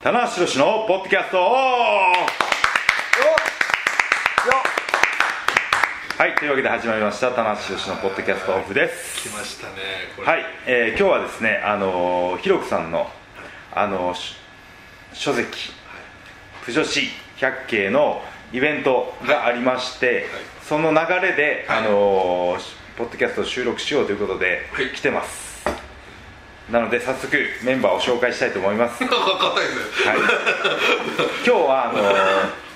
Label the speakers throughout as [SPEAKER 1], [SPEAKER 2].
[SPEAKER 1] 棚橋宏のポッドキャストオフはいというわけで始まりました棚橋宏のポッドキャストオフで
[SPEAKER 2] 来
[SPEAKER 1] す
[SPEAKER 2] ましたねこれ、
[SPEAKER 1] はい、えー今日はですねあのーひろくさんのあのーし書籍「プジョシ百景」のイベントがありまして、その流れで、
[SPEAKER 2] はい
[SPEAKER 1] あのーしポッドキャストを収録しようということで、
[SPEAKER 2] はい
[SPEAKER 1] 来てますなので早速メンバーを紹介したいと思います
[SPEAKER 2] なんか硬いですね
[SPEAKER 1] はい、今日は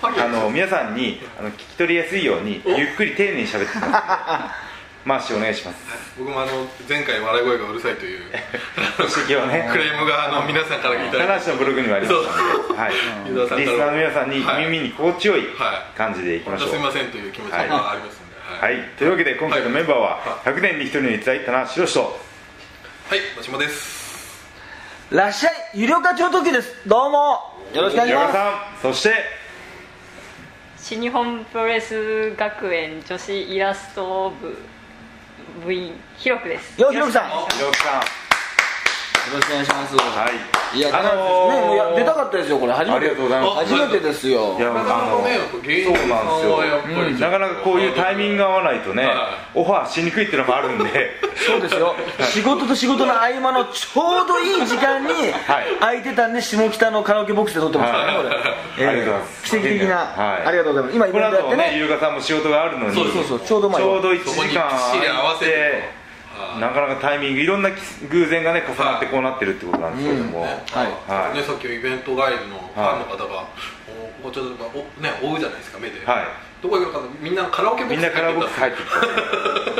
[SPEAKER 1] あの
[SPEAKER 2] はい
[SPEAKER 1] あの皆さんにあの聞き取りやすいようにゆっくり丁寧に喋って ます回しお願いします
[SPEAKER 2] 僕もあの前回笑い声がうるさいと いう
[SPEAKER 1] 指摘をね
[SPEAKER 2] クレームがあの皆さんからいただい
[SPEAKER 1] 話のブログにもありましたので、はい、
[SPEAKER 2] 湯沢さんから
[SPEAKER 1] リスナーの皆さんに
[SPEAKER 2] はい
[SPEAKER 1] 耳に心地よい
[SPEAKER 2] はい
[SPEAKER 1] 感じでい
[SPEAKER 2] て
[SPEAKER 1] き
[SPEAKER 2] 本
[SPEAKER 1] まし
[SPEAKER 2] 当
[SPEAKER 1] ょう
[SPEAKER 2] すみませんという気持ちが
[SPEAKER 1] は
[SPEAKER 2] あ
[SPEAKER 1] い
[SPEAKER 2] りますのでは、
[SPEAKER 1] はいい、というわけで今回のメンバーは100年に1人の逸材田中宏と
[SPEAKER 2] はい、マシモです
[SPEAKER 3] らっしゃい有料課長時ですどうもよろしくお願いし
[SPEAKER 1] 山
[SPEAKER 3] ま
[SPEAKER 1] さんそして
[SPEAKER 4] 新日本プロレス学園女子イラスト部部員ひろくです
[SPEAKER 3] よひろくさん
[SPEAKER 4] よろしくお願い
[SPEAKER 1] 広木
[SPEAKER 4] します
[SPEAKER 1] さん
[SPEAKER 3] すよろしくお願いしま
[SPEAKER 1] は
[SPEAKER 3] す
[SPEAKER 1] い
[SPEAKER 3] いや、
[SPEAKER 1] あ
[SPEAKER 3] あの
[SPEAKER 1] のー
[SPEAKER 3] ね、いや出たかったですよこれ初
[SPEAKER 1] あ
[SPEAKER 3] め
[SPEAKER 1] り
[SPEAKER 3] て
[SPEAKER 1] がとうございます
[SPEAKER 3] 初めてですよ
[SPEAKER 1] いや
[SPEAKER 2] なかなかねやっ
[SPEAKER 1] あ
[SPEAKER 2] ぱ
[SPEAKER 1] の
[SPEAKER 2] 芸
[SPEAKER 1] そ
[SPEAKER 2] 人さ
[SPEAKER 1] う
[SPEAKER 2] んはやっぱり
[SPEAKER 1] なんですよ、なかなかこういうタイミングが合わないとね、
[SPEAKER 2] は
[SPEAKER 1] オファーしにくいっていうのもあるんで
[SPEAKER 3] そうですよ仕事と仕事の合間のちょうどいい時間に
[SPEAKER 1] はい
[SPEAKER 3] 空いてたんで下北のカラオケボックスで撮ってますからねこれえー
[SPEAKER 1] ありがとうございます
[SPEAKER 3] 奇跡的
[SPEAKER 1] はい
[SPEAKER 3] なありがとうございます今イ
[SPEAKER 1] こ
[SPEAKER 3] ベ
[SPEAKER 1] の
[SPEAKER 3] ントやっ
[SPEAKER 1] 後
[SPEAKER 3] て
[SPEAKER 1] ね
[SPEAKER 3] ね
[SPEAKER 1] 優香さんも仕事があるのに
[SPEAKER 2] そうです
[SPEAKER 3] そうそうちょうど前
[SPEAKER 1] ちょうど
[SPEAKER 2] そ
[SPEAKER 1] 1
[SPEAKER 2] こにぴ
[SPEAKER 1] 時
[SPEAKER 2] っ
[SPEAKER 1] 間
[SPEAKER 2] しり合わせると
[SPEAKER 1] なかなかタイミングいろんな偶然がね重なってこうなってるってことなんですけども、
[SPEAKER 3] はい
[SPEAKER 1] はい
[SPEAKER 2] ね、さっきイベントガイドのファンの方が、おおちょっとおね追うじゃないですか目で、
[SPEAKER 1] はい
[SPEAKER 2] どこ行くのかなみんなカラオケボッ
[SPEAKER 1] み
[SPEAKER 2] ク
[SPEAKER 1] ん
[SPEAKER 2] ス
[SPEAKER 1] なカラボックス入っ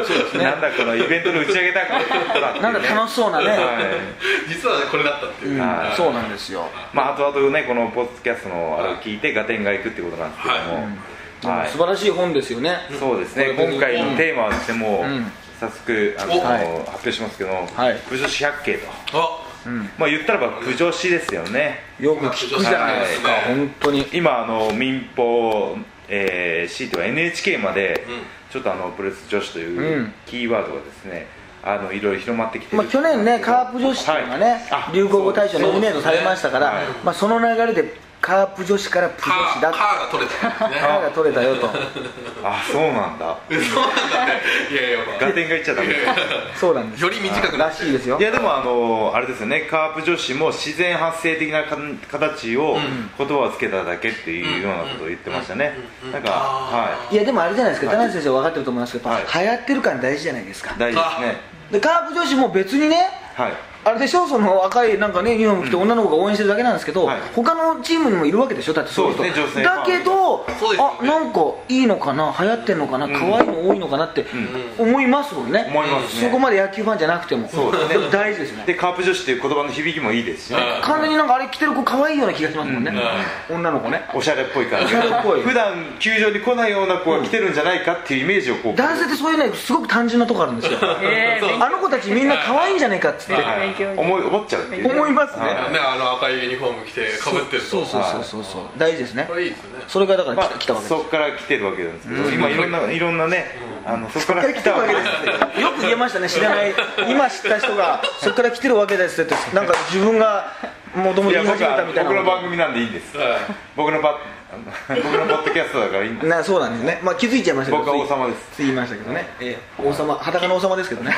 [SPEAKER 1] てきて、なんだこのイベントの打ち上げだか
[SPEAKER 3] なんか楽しそうなね
[SPEAKER 1] はい
[SPEAKER 2] 実はねこれだったっていう、
[SPEAKER 3] うん
[SPEAKER 1] はい
[SPEAKER 3] そうなんですよ
[SPEAKER 1] まあ後々ねこのポッドキャストのあれを聞いてガテンが行くってことなんですけども、
[SPEAKER 3] でも
[SPEAKER 1] はい
[SPEAKER 3] 素晴らしい本ですよね
[SPEAKER 1] そうですね
[SPEAKER 3] これ
[SPEAKER 1] 今回のテーマはですねもう、
[SPEAKER 3] うん
[SPEAKER 1] 早速あの、
[SPEAKER 2] お
[SPEAKER 3] はい
[SPEAKER 1] 発表しますけども
[SPEAKER 3] はい
[SPEAKER 1] 「プジョシ百景」と
[SPEAKER 2] あ
[SPEAKER 1] まあ言ったらば「プジョシ」ですよね
[SPEAKER 3] よく聞くじゃないですか
[SPEAKER 2] はい
[SPEAKER 3] 本当に
[SPEAKER 1] 今あの民放えー、強いては NHK まで、
[SPEAKER 2] うん
[SPEAKER 1] ちょっとあのプロレス女子といううんキーワードがですね、あのいろいろ広まってきてる
[SPEAKER 3] まあ、去年ね、カープ女子っていうのがね、
[SPEAKER 1] はいあ
[SPEAKER 3] 流行語大賞ノミネートされましたか
[SPEAKER 1] そ
[SPEAKER 3] ら、
[SPEAKER 1] うですね
[SPEAKER 3] まあ、その流れでカープ女子からプ
[SPEAKER 2] カ
[SPEAKER 3] 女
[SPEAKER 2] ー
[SPEAKER 3] 子
[SPEAKER 2] カ
[SPEAKER 3] だ
[SPEAKER 2] ーが取れたんですね
[SPEAKER 3] カーが取れたよと、
[SPEAKER 1] あそうなんだ
[SPEAKER 2] そうなんだねいやいや、まあ
[SPEAKER 1] ガテンがいっちゃダメです
[SPEAKER 3] そうなんです
[SPEAKER 2] より短くな
[SPEAKER 3] ら
[SPEAKER 2] っ
[SPEAKER 3] しいですよ
[SPEAKER 1] い、やでもあのあれですよねカープ女子も自然発生的なかん形を言葉をつけただけっていうようなことを言ってましたねなんかはい
[SPEAKER 3] やでもあれじゃないですか、田中先生、分かってると思いますけど、
[SPEAKER 1] はい
[SPEAKER 3] 流行ってる感大事じゃないですか
[SPEAKER 1] い、大事ですね
[SPEAKER 3] でカープ女子も別にね、
[SPEAKER 1] はい
[SPEAKER 3] あれでしょ、その赤いなんかね、ユニフォーム着て女の子が応援してるだけなんですけど、
[SPEAKER 1] はい
[SPEAKER 3] 他のチームにもいるわけでしょ、だってそういう人、
[SPEAKER 1] そうですね女性ファン
[SPEAKER 3] だけど、
[SPEAKER 2] そうですよね
[SPEAKER 3] あなんかいいのかな、流行ってんのかな、可愛いの多いのかなって思いますもんね。
[SPEAKER 1] 思います
[SPEAKER 3] そこ
[SPEAKER 1] ね
[SPEAKER 3] まで野球ファンじゃなくても、
[SPEAKER 1] そうですね
[SPEAKER 3] でも大事ですね。
[SPEAKER 1] でカープ女子っていう言葉の響きもいいですしね
[SPEAKER 2] うん
[SPEAKER 3] 完全になんかあれ着てる子可愛いような気がしますもんね、
[SPEAKER 2] う
[SPEAKER 3] 女の子ね。
[SPEAKER 1] おしゃれっぽい感じ
[SPEAKER 3] おしゃれっぽい
[SPEAKER 1] 普段球場に来ないような子が来てるんじゃないかっていうイメージをこう
[SPEAKER 3] 男性ってそういうね、すごく単純なとこあるんですよ。
[SPEAKER 4] えー勉強
[SPEAKER 3] あの子たちみんな可愛いんじゃねえかっつって
[SPEAKER 1] は
[SPEAKER 4] 勉
[SPEAKER 1] い
[SPEAKER 4] 強に
[SPEAKER 1] 思い思っちゃうっていうね
[SPEAKER 3] 思いますね
[SPEAKER 1] は
[SPEAKER 2] た
[SPEAKER 1] い
[SPEAKER 2] ねあの赤いユニフォーム着てかぶってると
[SPEAKER 3] そうそうそうそうそう、大事ですね
[SPEAKER 2] こ。れいいですね
[SPEAKER 3] それがだか
[SPEAKER 1] ま
[SPEAKER 3] ら
[SPEAKER 1] あ
[SPEAKER 3] 来たわけです
[SPEAKER 1] そ。こから来てるわけなんですけど今いろんないろんなねあのそこから来たわけです
[SPEAKER 3] す よく言えましたね知らない今知った 人がそこから来てるわけですってなんか自分がもとも
[SPEAKER 1] い
[SPEAKER 3] と
[SPEAKER 1] や
[SPEAKER 3] 言い
[SPEAKER 1] 僕
[SPEAKER 3] 始めた
[SPEAKER 1] は
[SPEAKER 3] みたい
[SPEAKER 1] 僕の
[SPEAKER 3] な
[SPEAKER 1] 番組なんでいいんです僕のバッ僕のポッドキャストだからいいんです
[SPEAKER 3] なそうなんですねまあ気づいちゃいましたけど
[SPEAKER 1] 僕は王
[SPEAKER 3] つい
[SPEAKER 1] 様です
[SPEAKER 3] つい言いましたけどね、ええ王様裸の王様ですけどね、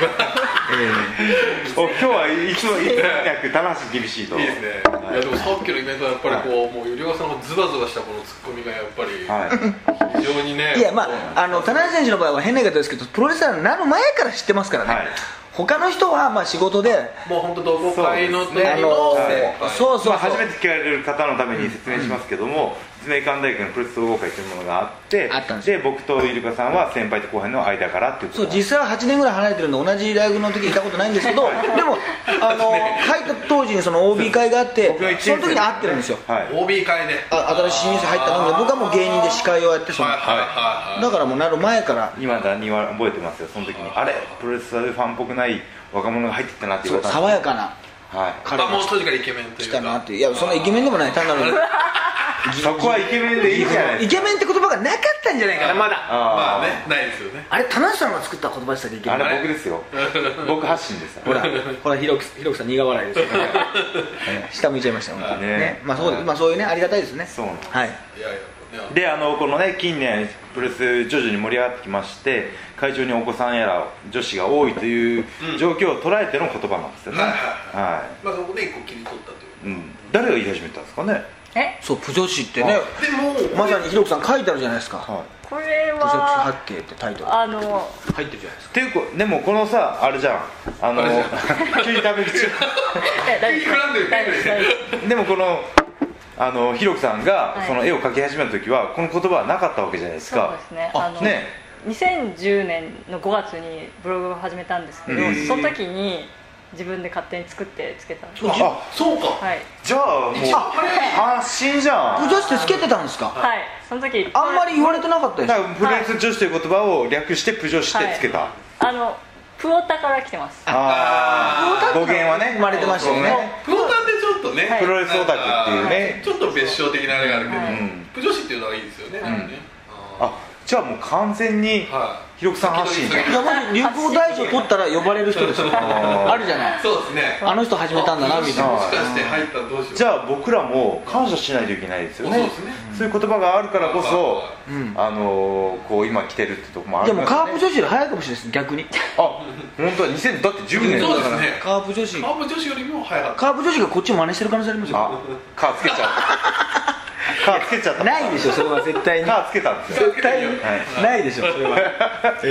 [SPEAKER 1] お今日はいつもいつもなく棚橋厳しいと
[SPEAKER 2] いいですねいやでもさっきのイベントはやっぱりこうもうゆりおさんのズバズバしたこのツッコミがやっぱり
[SPEAKER 1] はい
[SPEAKER 2] 非常にね
[SPEAKER 3] い、やまああの田中選手の場合は変な言い方ですけどプロレスラーになる前から知ってますからね、
[SPEAKER 1] はい
[SPEAKER 3] 他の人はまあ仕事で、
[SPEAKER 2] もう本当同好会の時の
[SPEAKER 3] あの
[SPEAKER 2] 先輩
[SPEAKER 3] そうそうそう、
[SPEAKER 1] まあ、初めて聞かれる方のために説明しますけども、立命館大学のプロレス総合会というものがあって
[SPEAKER 3] あったんです
[SPEAKER 1] で僕とイルカさんは先輩と後輩の間からっていうこと
[SPEAKER 3] そう実際は8年ぐらい離れてるんで同じライブの時いたことないんですけどでもあ の入った当時にその OB 会があって
[SPEAKER 1] 僕が一年生
[SPEAKER 3] その時に会ってるんですよ
[SPEAKER 1] はい
[SPEAKER 2] OB 会で
[SPEAKER 3] あ新しい新入生入ったので僕はもう芸人で司会をやってその
[SPEAKER 2] はい
[SPEAKER 3] だ
[SPEAKER 2] はいはいはい
[SPEAKER 3] からもうなる前から
[SPEAKER 1] 今だには覚えてますよその時にあれプロレスラーでファンっぽくない若者が入ってきたなって言われたんで
[SPEAKER 3] 爽やかな
[SPEAKER 1] すはい
[SPEAKER 3] 彼が
[SPEAKER 2] あもう当時からイケメンとい
[SPEAKER 3] 来
[SPEAKER 2] うか
[SPEAKER 3] たなっていういやそんなイケメンでもない単なる
[SPEAKER 1] そこはイケメンでいいじゃない
[SPEAKER 3] イ
[SPEAKER 1] ですか
[SPEAKER 3] ケメンって言葉がなかったんじゃないかなまだ
[SPEAKER 1] あ
[SPEAKER 2] ま
[SPEAKER 1] ー
[SPEAKER 2] あねないですよね
[SPEAKER 3] あれ田中さんが作った言葉でしたっけイケメ
[SPEAKER 1] あ
[SPEAKER 3] ン
[SPEAKER 1] れ僕ですよ僕発信です
[SPEAKER 3] ほらほら広く広くさん苦笑いですよ下向いちゃいましたよ本当に
[SPEAKER 1] ね
[SPEAKER 3] ねまあそうで
[SPEAKER 1] はい
[SPEAKER 3] まあそういうねありがたいですね
[SPEAKER 1] そうなんです
[SPEAKER 3] はい
[SPEAKER 2] いやいやね
[SPEAKER 1] であのこのね近年プロレス徐々に盛り上がってきまして会場にお子さんやら女子が多いという状況を捉えての言葉なんですよね、
[SPEAKER 2] はい
[SPEAKER 1] は
[SPEAKER 2] まあそこで一個切り取ったという
[SPEAKER 1] いうん、誰が言い始めたんですかね、
[SPEAKER 4] え
[SPEAKER 3] そうプ女子ってね
[SPEAKER 2] でも
[SPEAKER 3] まさに広くさん書いてあるじゃないですか
[SPEAKER 1] はい、
[SPEAKER 4] こ
[SPEAKER 3] 「
[SPEAKER 4] れ
[SPEAKER 3] プ女子八
[SPEAKER 4] は
[SPEAKER 3] 景」ってタイトル
[SPEAKER 4] あの
[SPEAKER 3] 入ってるじゃないです
[SPEAKER 1] っていうこでもこのさあれじゃんあの
[SPEAKER 2] あれじ
[SPEAKER 1] 急にため口
[SPEAKER 4] え大丈夫
[SPEAKER 2] 膨らんでる
[SPEAKER 4] 大丈夫大丈 夫
[SPEAKER 1] でもこのあのひろきさん
[SPEAKER 4] は
[SPEAKER 1] が
[SPEAKER 4] い
[SPEAKER 1] その絵を描き始めた時はこの言葉はなかったわけじゃないです
[SPEAKER 4] そう
[SPEAKER 1] か
[SPEAKER 4] ですね
[SPEAKER 3] あ
[SPEAKER 4] あの
[SPEAKER 1] ね
[SPEAKER 4] 2010年の5月にブログを始めたんですけど、
[SPEAKER 1] うん
[SPEAKER 4] その時に自分で勝手に作ってつけたんです
[SPEAKER 1] あ
[SPEAKER 2] あそうか
[SPEAKER 4] はい
[SPEAKER 1] じゃあもう発信じゃ
[SPEAKER 3] か
[SPEAKER 1] ん
[SPEAKER 3] 女子ってつけてたんですか
[SPEAKER 4] はいその時
[SPEAKER 3] あんまり言われてなかったで
[SPEAKER 1] だか
[SPEAKER 3] す
[SPEAKER 1] らプロレス女子という言葉を略してプ女子ってつけた、
[SPEAKER 4] はあのプオタから来てます
[SPEAKER 1] ああ語源はね
[SPEAKER 3] 生まれてましたよね
[SPEAKER 2] プロタンでちょっとね、
[SPEAKER 4] はい
[SPEAKER 1] プロレスオタクっていうね
[SPEAKER 2] なんかちょっと別称的なあれがあるけど、
[SPEAKER 4] はい
[SPEAKER 1] うん
[SPEAKER 2] プ女子っていうのはいいですよね、なんかね
[SPEAKER 1] あじゃあもう完全に
[SPEAKER 2] は
[SPEAKER 1] ひろきさん発信じゃん
[SPEAKER 3] いやまず流行大賞取ったら呼ばれる人ですよ
[SPEAKER 1] あー
[SPEAKER 3] あるじゃない
[SPEAKER 2] いそうですね
[SPEAKER 3] あの人始めたんだなみたい
[SPEAKER 1] あ
[SPEAKER 3] な
[SPEAKER 1] ー
[SPEAKER 2] もしかして入ったらどうしよう
[SPEAKER 1] じ
[SPEAKER 2] あ
[SPEAKER 1] ゃあ僕らも感謝しないといけないですよね
[SPEAKER 2] そうですね
[SPEAKER 1] そういう言葉があるからこそ、
[SPEAKER 3] うん
[SPEAKER 1] あのーこう今来てるってとこもあ
[SPEAKER 3] で
[SPEAKER 1] る
[SPEAKER 3] もうカープ女子より早いかもしれないです逆に
[SPEAKER 1] あ本当は2000だって10年
[SPEAKER 2] そうで
[SPEAKER 1] だか
[SPEAKER 2] す
[SPEAKER 1] ら
[SPEAKER 2] ね
[SPEAKER 3] カープ女子
[SPEAKER 2] カープ女子よりも早かった
[SPEAKER 3] カープ女子がこっちを真似してる可能性ありますよ
[SPEAKER 1] あカーつけちゃっ たカーつけちゃった
[SPEAKER 3] ないでしょそれは絶対に
[SPEAKER 1] カーつけたん ですよ
[SPEAKER 3] 絶対に
[SPEAKER 1] は
[SPEAKER 3] ないでしょそれは
[SPEAKER 2] あー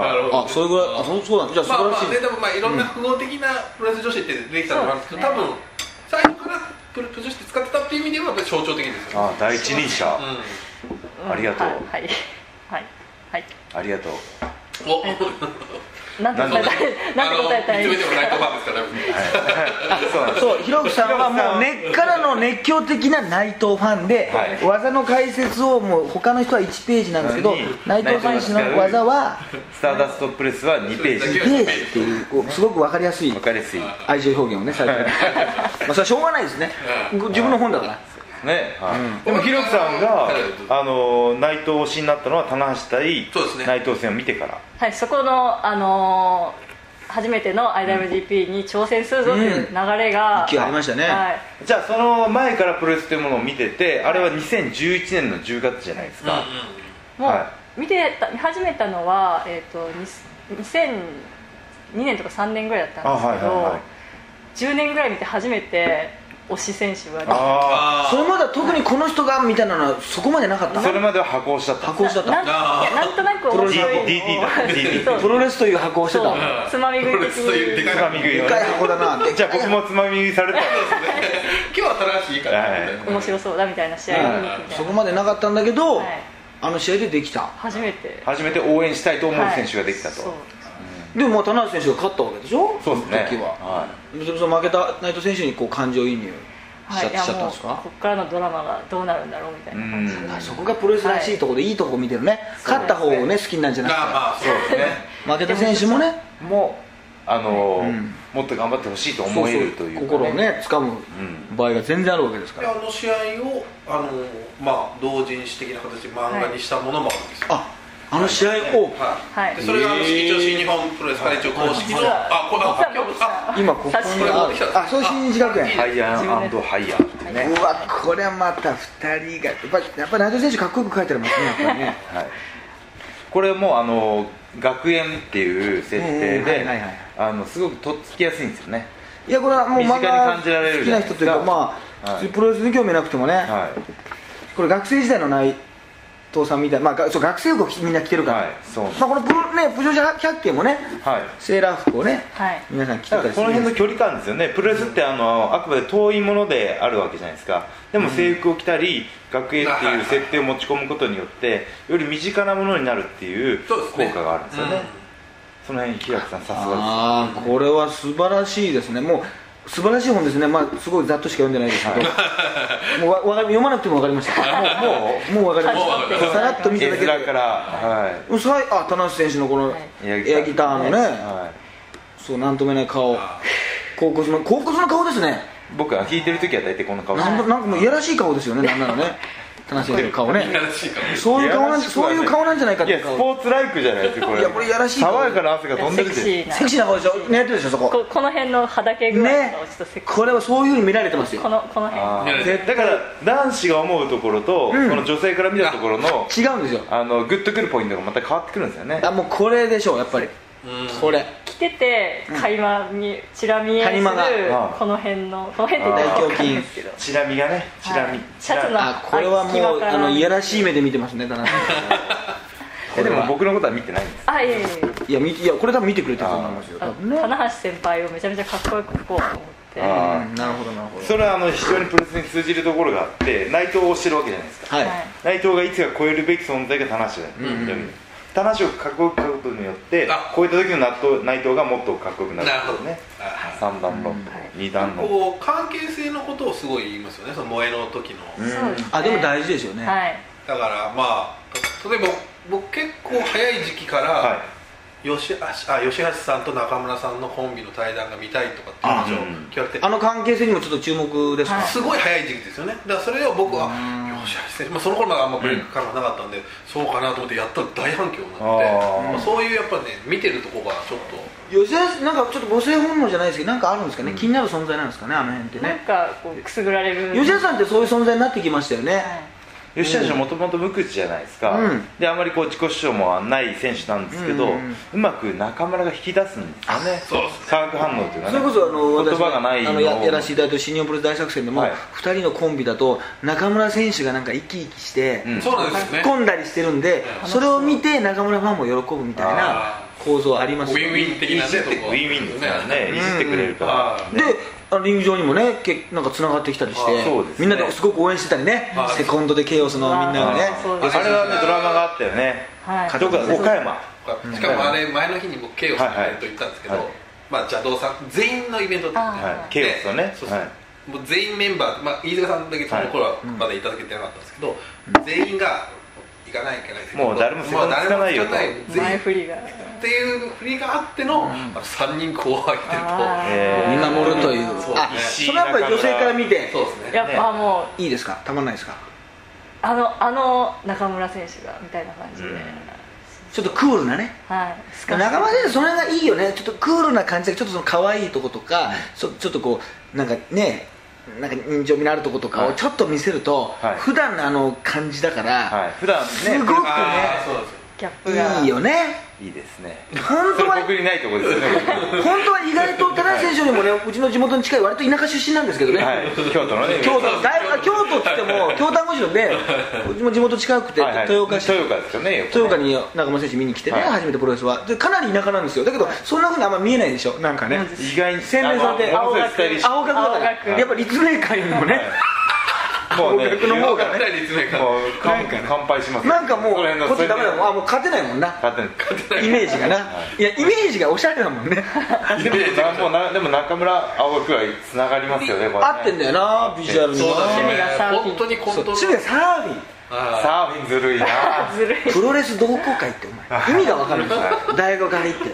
[SPEAKER 2] なるほど
[SPEAKER 3] あそれぐらいあそうそうなんだじゃあ素
[SPEAKER 2] まあ
[SPEAKER 3] 晴ら
[SPEAKER 2] まあ
[SPEAKER 3] しい
[SPEAKER 2] ね
[SPEAKER 3] です
[SPEAKER 2] でもまあいろんな複合的なプロレス女子ってできたのもあるんですけど、多分最初からプロ女子って使ってたっていう意味ではやっぱり象徴的ですよね
[SPEAKER 1] あ第一人者、
[SPEAKER 4] うん
[SPEAKER 1] ありがとう
[SPEAKER 4] はいはいはい、はい、
[SPEAKER 1] ありがとう
[SPEAKER 2] うん、お
[SPEAKER 4] なんて答えたいなんて答えた
[SPEAKER 2] あ
[SPEAKER 4] い
[SPEAKER 2] の認めてもライトファンですから、
[SPEAKER 1] そうなんです
[SPEAKER 3] そうひろきさんはもう根っからの熱狂的な内藤ファンで、
[SPEAKER 1] はい
[SPEAKER 3] 技の解説をもう他の人は1ページなんですけど
[SPEAKER 1] 何
[SPEAKER 3] 内藤ファン氏の技は
[SPEAKER 1] スターダストプレスは2ペー
[SPEAKER 2] それ
[SPEAKER 1] ジ
[SPEAKER 2] だ
[SPEAKER 3] 1ページっていうこうすごく分かりやすい
[SPEAKER 1] 分かりやすいね
[SPEAKER 3] 愛情表現をね最初にまあそれはしょうがないですね自分の本だから
[SPEAKER 1] はいでもひろきさんが
[SPEAKER 2] はい
[SPEAKER 1] あのー内藤推しになったのは棚橋対
[SPEAKER 2] そうですね
[SPEAKER 1] 内藤戦を見てから
[SPEAKER 4] はい、そこの、あのー初めての IWGP に挑戦するぞという流れが、
[SPEAKER 3] 勢いありましたね
[SPEAKER 4] はい、
[SPEAKER 1] じゃあその前からプロレスというものを見ててあれは2011年の10月じゃないですか、
[SPEAKER 4] も
[SPEAKER 1] は
[SPEAKER 4] う見てた見始めたのは、えー、とに2002年とか3年ぐらいだったんですけ
[SPEAKER 1] あ
[SPEAKER 4] ど、
[SPEAKER 1] はいはいはい
[SPEAKER 4] 10年ぐらい見て初めて推し選手が
[SPEAKER 2] あ
[SPEAKER 1] あ
[SPEAKER 3] そ れまでは特にこの人がみたいなのはそこまでなかっ
[SPEAKER 1] あそれ
[SPEAKER 3] た
[SPEAKER 1] までは箱をしちゃった
[SPEAKER 3] 箱推しだっ
[SPEAKER 4] な
[SPEAKER 3] た
[SPEAKER 4] なんいやなんとなく面白いのを
[SPEAKER 1] DT だ DT
[SPEAKER 4] そう
[SPEAKER 3] プロレスという箱をして
[SPEAKER 4] そ
[SPEAKER 3] たも
[SPEAKER 4] う
[SPEAKER 3] んで
[SPEAKER 4] つまみ食い的
[SPEAKER 2] そういうでか
[SPEAKER 1] つ
[SPEAKER 2] い
[SPEAKER 4] に
[SPEAKER 1] まみ食いをね
[SPEAKER 3] かい箱だなって
[SPEAKER 1] じゃあ僕もつまみ食いされたんです
[SPEAKER 2] 今日は新しいからみたいな、
[SPEAKER 4] 面白そうだみたいな試合を見に行くみた
[SPEAKER 3] そ
[SPEAKER 4] い
[SPEAKER 3] こ
[SPEAKER 4] な、
[SPEAKER 3] までなかったんだけど、
[SPEAKER 4] はい
[SPEAKER 3] あの試合でできた
[SPEAKER 4] 初めて
[SPEAKER 1] 初めて応援したいと思う選手ができたと、
[SPEAKER 4] はい
[SPEAKER 3] でもまあ棚橋選手が勝ったわけでしょ
[SPEAKER 1] そうですね
[SPEAKER 3] その時は、
[SPEAKER 1] は
[SPEAKER 3] それこそ負けた内藤選手にこう感情移入し
[SPEAKER 4] は
[SPEAKER 3] ちゃ,、
[SPEAKER 4] い、いや
[SPEAKER 3] しちゃったん
[SPEAKER 4] もう
[SPEAKER 3] ですか
[SPEAKER 4] こっからのドラマがどうなるんだろうみたいな感じ、
[SPEAKER 1] う
[SPEAKER 3] あそこがプロレスらしいところで、い、いとこ見てるね勝った方をね好きになるんじゃなくて、
[SPEAKER 2] まあまあそうですね
[SPEAKER 3] 負けた選手もね
[SPEAKER 1] いもうあのー
[SPEAKER 3] うん
[SPEAKER 1] もっと頑張ってほしいと思えると
[SPEAKER 3] そ
[SPEAKER 1] いうう
[SPEAKER 3] そ
[SPEAKER 1] か
[SPEAKER 3] う心をね掴む
[SPEAKER 1] う
[SPEAKER 3] 場合が全然あるわけですか
[SPEAKER 2] で
[SPEAKER 3] ら、
[SPEAKER 2] あの試合をあの、まあ、同人誌的な形で漫画にしたものもあるんですよ、
[SPEAKER 3] ああの試合を
[SPEAKER 2] はい
[SPEAKER 4] はい
[SPEAKER 2] でそれがあの一応新日本プロレス会長公式の、あこんな
[SPEAKER 4] 実は
[SPEAKER 2] 今
[SPEAKER 4] 僕
[SPEAKER 2] 日あ
[SPEAKER 4] さん
[SPEAKER 3] 今ここに
[SPEAKER 4] 差し入れ
[SPEAKER 3] あ
[SPEAKER 2] 持ってきたんです
[SPEAKER 3] るあそう新日学園
[SPEAKER 1] ハイヤーハイヤーっていうね、
[SPEAKER 3] うわこれはまた2人がやっぱやっぱ内藤選手かっこよく書いてありますねやっぱりね
[SPEAKER 1] はい、これもあの学園っていう設定
[SPEAKER 3] うんは
[SPEAKER 1] で
[SPEAKER 3] いはいはい
[SPEAKER 1] あのすごくとっつきやすいんですよね
[SPEAKER 3] いやこれはもう
[SPEAKER 1] 身近
[SPEAKER 3] 漫
[SPEAKER 1] に
[SPEAKER 3] 画
[SPEAKER 1] 感じられる
[SPEAKER 3] 好きな人という
[SPEAKER 1] じゃないで
[SPEAKER 3] か
[SPEAKER 1] すか
[SPEAKER 3] まあ
[SPEAKER 1] はい
[SPEAKER 3] 普通プロレスに興味なくてもね、
[SPEAKER 1] はい
[SPEAKER 3] これ学生時代の内藤さんみたいな、まあが、そう学生服をみんな着てるから、
[SPEAKER 1] はい そうなんです
[SPEAKER 3] まあ、このプロ、ね、プジョジャ百景もね
[SPEAKER 1] はい
[SPEAKER 3] セーラー服をね、
[SPEAKER 4] はい
[SPEAKER 3] 皆さん着て
[SPEAKER 1] だ
[SPEAKER 3] た
[SPEAKER 1] からこの
[SPEAKER 3] りする
[SPEAKER 1] 辺の
[SPEAKER 3] の
[SPEAKER 1] 距離感ですよねプロレスってあのあくまで遠いものであるわけじゃないですかでも制服を着たり学園っていう設定を持ち込むことによってより身近なものになるっていう
[SPEAKER 2] そうですね
[SPEAKER 1] 効果があるんですよねその辺平木さんさすが
[SPEAKER 3] ああこれは素晴らしいですねもう素晴らしい本ですねまあすごいざっとしか読んでないですけど、 もうわわかり読まなくても分かりましたもうもうもう分かりまし
[SPEAKER 2] も
[SPEAKER 3] た
[SPEAKER 2] う
[SPEAKER 3] さらっと見
[SPEAKER 1] です
[SPEAKER 3] た
[SPEAKER 1] 絵
[SPEAKER 3] だけで
[SPEAKER 1] 面からは
[SPEAKER 3] うんさいあ田中選手のこの
[SPEAKER 4] は
[SPEAKER 1] い
[SPEAKER 4] い
[SPEAKER 3] エアギターのね、
[SPEAKER 1] い、はい
[SPEAKER 3] そうなんとも言えない顔高骨の高骨の顔ですね
[SPEAKER 1] 僕が聞いてる時は大体こんな顔して
[SPEAKER 3] な
[SPEAKER 1] る
[SPEAKER 3] んだなんかもういやらしい顔ですよねなんならね田中先生の顔ね
[SPEAKER 2] いやらしいかも
[SPEAKER 3] そういう顔なん
[SPEAKER 1] やらしくは
[SPEAKER 3] そう
[SPEAKER 1] ない
[SPEAKER 3] いう顔なんじゃないかっ
[SPEAKER 1] い
[SPEAKER 3] て
[SPEAKER 1] や
[SPEAKER 3] いう
[SPEAKER 1] ス
[SPEAKER 3] 顔
[SPEAKER 1] ポーツライクじゃないですかこれ
[SPEAKER 3] いやこれやらしい
[SPEAKER 1] 爽やかな汗が飛んで
[SPEAKER 4] セ
[SPEAKER 1] る
[SPEAKER 4] ク
[SPEAKER 1] で
[SPEAKER 4] シ
[SPEAKER 1] し
[SPEAKER 4] ー
[SPEAKER 3] セク
[SPEAKER 4] な
[SPEAKER 3] シーな顔でしょ狙ってるでしょそこ
[SPEAKER 4] こ この辺のはだけ具合
[SPEAKER 3] ね
[SPEAKER 4] がちょっとセクシ
[SPEAKER 3] これはそういうふうに見られてます
[SPEAKER 4] ーこ
[SPEAKER 3] よ
[SPEAKER 4] のこの辺
[SPEAKER 1] あ
[SPEAKER 2] いや
[SPEAKER 1] ーだから男子が思うところと、
[SPEAKER 3] うん
[SPEAKER 1] この女性から見たところの
[SPEAKER 3] 違うんですよ
[SPEAKER 1] あのグッとくるポイントがまた変わってくるんですよね
[SPEAKER 3] あもうこれでしょうやっぱり
[SPEAKER 2] うん
[SPEAKER 3] これ
[SPEAKER 4] 着てて垣間にちら見えす
[SPEAKER 3] 垣
[SPEAKER 4] る
[SPEAKER 3] 間が
[SPEAKER 1] うん
[SPEAKER 4] この辺のこの辺っ
[SPEAKER 3] 大
[SPEAKER 4] て大
[SPEAKER 3] 胸筋
[SPEAKER 4] 胸筋ですけど
[SPEAKER 1] チラ見がねチラ見、
[SPEAKER 4] はいシャツの
[SPEAKER 3] あこれはもう
[SPEAKER 4] あ
[SPEAKER 3] あのいやらしい目で見てますね田中先
[SPEAKER 1] えでも僕のことは見てないんです
[SPEAKER 4] あいえいえ
[SPEAKER 3] 生いや見ていやこれ多分見てくれてると思いますよ多分ねうん
[SPEAKER 4] 棚橋先輩をめちゃめちゃかっこよくこうと思って
[SPEAKER 1] あ
[SPEAKER 4] は
[SPEAKER 3] なるほどなるほど
[SPEAKER 1] それはあの非常にプロレスに通じるところがあって内藤をしてるわけじゃないですか
[SPEAKER 3] はい
[SPEAKER 4] い
[SPEAKER 1] 内藤がいつか超えるべき存在が田中だよ、
[SPEAKER 3] うんうん
[SPEAKER 1] 田中をかっこよく書くことによって
[SPEAKER 2] あ
[SPEAKER 1] 超えた時の納豆内藤がもっとかっこよくなる
[SPEAKER 2] なるほど
[SPEAKER 1] ね
[SPEAKER 2] ねあ
[SPEAKER 1] 三段論法、二段論法
[SPEAKER 2] こう関係性のことをすごい言いますよねその萌えの時の
[SPEAKER 1] うん
[SPEAKER 4] そうですね
[SPEAKER 3] あでも大事ですよね
[SPEAKER 4] はい
[SPEAKER 2] だからまあと例えば僕結構早い時期から、
[SPEAKER 1] はい
[SPEAKER 2] 吉橋あ吉橋さんと中村さんのコンビの対談が見たいとかっていう話を
[SPEAKER 1] うん
[SPEAKER 2] 聞かれて、
[SPEAKER 3] あの関係性にもちょっと注目ですか
[SPEAKER 4] はい
[SPEAKER 2] すごい早い時期ですよねだからそれを僕は
[SPEAKER 3] うん
[SPEAKER 2] 吉橋選手、まあ、その頃まだあんまブレイク感がなかったんで、そうかなと思ってやったら大反響になって
[SPEAKER 1] あー
[SPEAKER 2] まあそういうやっぱね見てるとこがちょっと
[SPEAKER 3] 吉田なんかちょっと母性本能じゃないですけどなんかあるんですかね気になる存在なんですかねあの辺って
[SPEAKER 4] なん
[SPEAKER 3] ね
[SPEAKER 4] かこうくすぐられる
[SPEAKER 3] 吉田さんってそういう存在になってきましたよね
[SPEAKER 4] はい
[SPEAKER 1] 吉田氏はもともと無口じゃないですか、
[SPEAKER 3] うん
[SPEAKER 1] であまりこう自己主張もない選手なんですけど、
[SPEAKER 3] う
[SPEAKER 1] うん
[SPEAKER 3] うんうん
[SPEAKER 1] まく中村が引き出すんですよね
[SPEAKER 2] そうですね
[SPEAKER 1] 化学反応というかね
[SPEAKER 3] それこそあの
[SPEAKER 1] 言
[SPEAKER 3] 私
[SPEAKER 1] 葉がない
[SPEAKER 3] あ
[SPEAKER 1] の
[SPEAKER 3] のややらせていただいてる新日本プロレス大作戦でも、
[SPEAKER 1] はい
[SPEAKER 3] 2人のコンビだと中村選手がなんか生き生きして、
[SPEAKER 1] うん
[SPEAKER 2] そうなんで
[SPEAKER 3] 突
[SPEAKER 2] す
[SPEAKER 3] っ
[SPEAKER 2] よね
[SPEAKER 3] 込んだりしてるんで、
[SPEAKER 4] うん
[SPEAKER 3] それを見て中村ファンも喜ぶみたいな
[SPEAKER 2] あー
[SPEAKER 3] 構造あります
[SPEAKER 2] ウ
[SPEAKER 3] よ
[SPEAKER 2] ィンウィン的なね
[SPEAKER 1] いじって
[SPEAKER 2] とこ
[SPEAKER 1] ウィンウィンですからね
[SPEAKER 3] うん
[SPEAKER 1] いじってくれるから、
[SPEAKER 3] であのリング上にもねけなんかつながってきたりして、
[SPEAKER 1] あそうですね
[SPEAKER 3] みんなですごく応援してたりね
[SPEAKER 2] あー
[SPEAKER 3] セコンドでケイオスのみんながね
[SPEAKER 4] あーそう
[SPEAKER 1] あ
[SPEAKER 4] です
[SPEAKER 1] れはねドラマがあったよね、
[SPEAKER 4] はい
[SPEAKER 1] どこだ岡山
[SPEAKER 2] しかもあれ前の日に僕ケイオスのイベント行ったんですけど、
[SPEAKER 1] はいはい
[SPEAKER 2] まあ邪道さん全員のイベントだったんですね
[SPEAKER 4] はい
[SPEAKER 1] ケイオスとね
[SPEAKER 2] そうそう
[SPEAKER 1] はい
[SPEAKER 2] もう全員メンバー、まあ、飯塚さんだけその頃はまだいただけてなかったんですけど、全員が行かない行かない
[SPEAKER 1] もう誰もセカンドつかないよと
[SPEAKER 2] もう誰もつかない全
[SPEAKER 4] 前
[SPEAKER 2] 員
[SPEAKER 4] 振りが
[SPEAKER 2] っていう振りがあっての、あの3人後輩ってる
[SPEAKER 4] あ
[SPEAKER 2] と
[SPEAKER 1] え
[SPEAKER 3] 見
[SPEAKER 1] ー
[SPEAKER 3] 守るという
[SPEAKER 2] そう
[SPEAKER 3] あ
[SPEAKER 1] 石井
[SPEAKER 3] それはやっぱり女性から見て
[SPEAKER 2] そうですね
[SPEAKER 4] やっぱもう
[SPEAKER 3] いいですかたまんないですか
[SPEAKER 4] あのあの中村選手がみたいな感じで、
[SPEAKER 1] うん
[SPEAKER 3] ちょっとクールなね
[SPEAKER 4] はいスカ
[SPEAKER 3] 中村先生それがいいよねちょっとクールな感じでちょっとその可愛いとことか、そちょっとこうなんかねなんか人情味のあるとことかを
[SPEAKER 1] はい
[SPEAKER 3] ちょっと見せると、
[SPEAKER 1] はい
[SPEAKER 3] 普段のあの感じだから、
[SPEAKER 1] はい、普段ね
[SPEAKER 3] すごく
[SPEAKER 2] ああそうです
[SPEAKER 4] ギャップが
[SPEAKER 3] ねいいよね
[SPEAKER 1] いいですね
[SPEAKER 3] 本
[SPEAKER 1] そ
[SPEAKER 3] 当
[SPEAKER 1] れ
[SPEAKER 3] は
[SPEAKER 1] 僕にないところですよね
[SPEAKER 3] 本当は意外と田中選手よりもね、うちの地元に近い割と田舎出身なんですけどね、
[SPEAKER 1] はい京都のね
[SPEAKER 3] 京都だいぶあ京都っつっても京丹後市のねうちも地元近くて、
[SPEAKER 1] はいはい
[SPEAKER 3] 豊岡市
[SPEAKER 1] 豊岡ですよね横ね
[SPEAKER 3] 豊岡に中村選手見に来てね、
[SPEAKER 1] はい
[SPEAKER 3] 初めてプロレスはでかなり田舎なんですよだけどそんなふうにあんま見えないでしょなんかね
[SPEAKER 1] 意外に
[SPEAKER 3] 洗練されて
[SPEAKER 1] あのものすごい
[SPEAKER 4] 青学
[SPEAKER 1] スタイリッシュ
[SPEAKER 3] 青学だか
[SPEAKER 4] 青
[SPEAKER 3] ら
[SPEAKER 4] 学
[SPEAKER 3] やっぱ立命館よりもね、
[SPEAKER 1] もうね
[SPEAKER 3] 僕の方がね
[SPEAKER 2] 誰立命館
[SPEAKER 1] もう乾乾杯しますよ
[SPEAKER 3] なんかもう
[SPEAKER 1] その辺の
[SPEAKER 3] こっちダメだもんあ
[SPEAKER 1] ん
[SPEAKER 3] もう勝てないもんな
[SPEAKER 1] 勝手に
[SPEAKER 3] イメージがな、い、やイメージがおしゃれだも んね
[SPEAKER 1] でもなもうなでも中村青学はつながりますよねこれね
[SPEAKER 3] 合ってんだよなビジュアルに
[SPEAKER 2] そうだ
[SPEAKER 4] 趣
[SPEAKER 2] ね
[SPEAKER 4] 味がサーフィン
[SPEAKER 2] 本当にコン
[SPEAKER 3] そう
[SPEAKER 2] トロ
[SPEAKER 3] 趣
[SPEAKER 2] ー
[SPEAKER 3] 味が
[SPEAKER 2] ル
[SPEAKER 3] サーフィン
[SPEAKER 2] あ
[SPEAKER 1] サーフィンずるいなはい
[SPEAKER 4] ずるい
[SPEAKER 3] プロレス同好会ってお前意味が分かるんですよ大学から 行って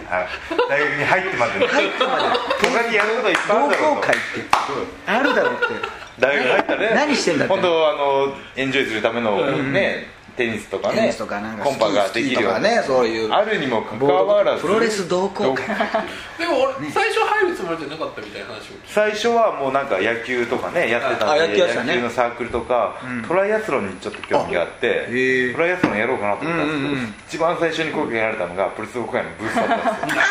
[SPEAKER 1] 大学に入ってまでね
[SPEAKER 3] 入ってまで
[SPEAKER 1] 他にやることいっぱいあ
[SPEAKER 3] 同
[SPEAKER 1] るだろう
[SPEAKER 3] 好
[SPEAKER 1] と
[SPEAKER 3] 会ってあるだろうって
[SPEAKER 1] 大学入ったらね
[SPEAKER 3] 何してんだって
[SPEAKER 1] 本当あのエンジョイするためのねテニスとかね
[SPEAKER 3] テニスとかなんか
[SPEAKER 1] コンパができるよう
[SPEAKER 3] スキーとか
[SPEAKER 1] な
[SPEAKER 3] ねそういう
[SPEAKER 1] あるにもかかわらず
[SPEAKER 3] プロレス同好会
[SPEAKER 2] ーでも俺最初入るつもりじゃなかったみたいな話を聞いて
[SPEAKER 1] 最初はもうなんか野球とかねやってた
[SPEAKER 3] あ
[SPEAKER 1] ん
[SPEAKER 3] 野球
[SPEAKER 1] で
[SPEAKER 3] やってたね
[SPEAKER 1] 野球のサークルとか、
[SPEAKER 3] うん
[SPEAKER 1] トライアスロンにちょっと興味があって
[SPEAKER 3] あへえ
[SPEAKER 1] トライアスロンやろうかなと思ったんですけど、
[SPEAKER 3] うんうんうん
[SPEAKER 1] 一番最初に声かけられたのがプロレス国会のブースだったんです よ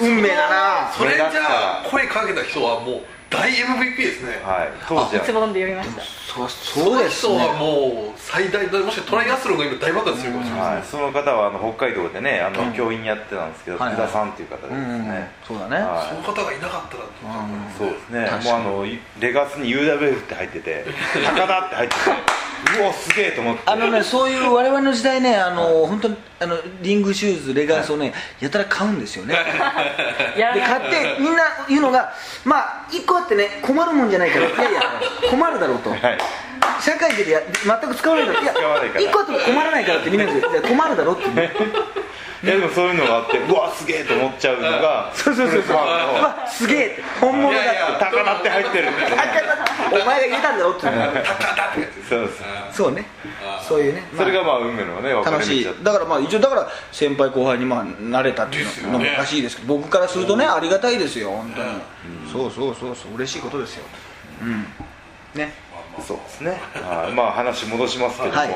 [SPEAKER 3] 運命だな
[SPEAKER 2] それじゃあ声かけた人はもう大 MVP ですね
[SPEAKER 1] はい当時
[SPEAKER 4] つ
[SPEAKER 1] は
[SPEAKER 4] ぼんで読みました
[SPEAKER 3] そそうです
[SPEAKER 2] その人は
[SPEAKER 3] ね
[SPEAKER 2] もう最大もしかしてトライアスロンが今大爆発するかもしれない
[SPEAKER 1] はい、その方はあの北海道でねあの、教員やってたんですけど、
[SPEAKER 3] はいはい
[SPEAKER 1] 福田さんという方です
[SPEAKER 3] う
[SPEAKER 1] ね、
[SPEAKER 3] んうんそうだね
[SPEAKER 2] その
[SPEAKER 1] は
[SPEAKER 2] 方がいなかったらって
[SPEAKER 3] うん
[SPEAKER 1] い、そうですね
[SPEAKER 3] 確か
[SPEAKER 1] もう
[SPEAKER 3] に
[SPEAKER 1] あのレガスに UWF って入って て高田って入っててうおすげえと思って
[SPEAKER 3] あのねそういう我々の時代ねあの本当にあのリングシューズレガースをねやたら買うんですよね
[SPEAKER 4] や
[SPEAKER 3] で
[SPEAKER 4] ら
[SPEAKER 3] 買
[SPEAKER 4] な
[SPEAKER 3] ってみんな言うのがまあ一個あってね困るもんじゃないからいやいや困るだろうと
[SPEAKER 1] はい
[SPEAKER 3] 社会でや全く使わないからいや
[SPEAKER 1] 使わないから
[SPEAKER 3] 一個あっても困らないからってみんなでいや困るだろうって言う
[SPEAKER 1] いやでもそういうのがあってうわすげえと思っちゃうのが
[SPEAKER 3] そうそうそうそう
[SPEAKER 1] まああの
[SPEAKER 3] すげえって本物だって
[SPEAKER 2] いやいや
[SPEAKER 1] 高菜って入ってる
[SPEAKER 3] お前が入れたんだろっていうのが
[SPEAKER 1] そうです
[SPEAKER 3] そうねそういうね、ま
[SPEAKER 1] そ
[SPEAKER 3] あ
[SPEAKER 1] れがまあ運命のね分かれ
[SPEAKER 3] 楽
[SPEAKER 1] 道
[SPEAKER 3] しい
[SPEAKER 1] だっ
[SPEAKER 3] だからまあ一応だから先輩後輩にまあ慣れたってい
[SPEAKER 2] です
[SPEAKER 3] う
[SPEAKER 2] よ
[SPEAKER 3] のも
[SPEAKER 2] ね
[SPEAKER 3] おかしいですけど僕からするとねありがたいですよ本当に、そうそうそうそう嬉しいことですようんね
[SPEAKER 1] たそうですねはいまあ話戻しますけども、
[SPEAKER 3] はい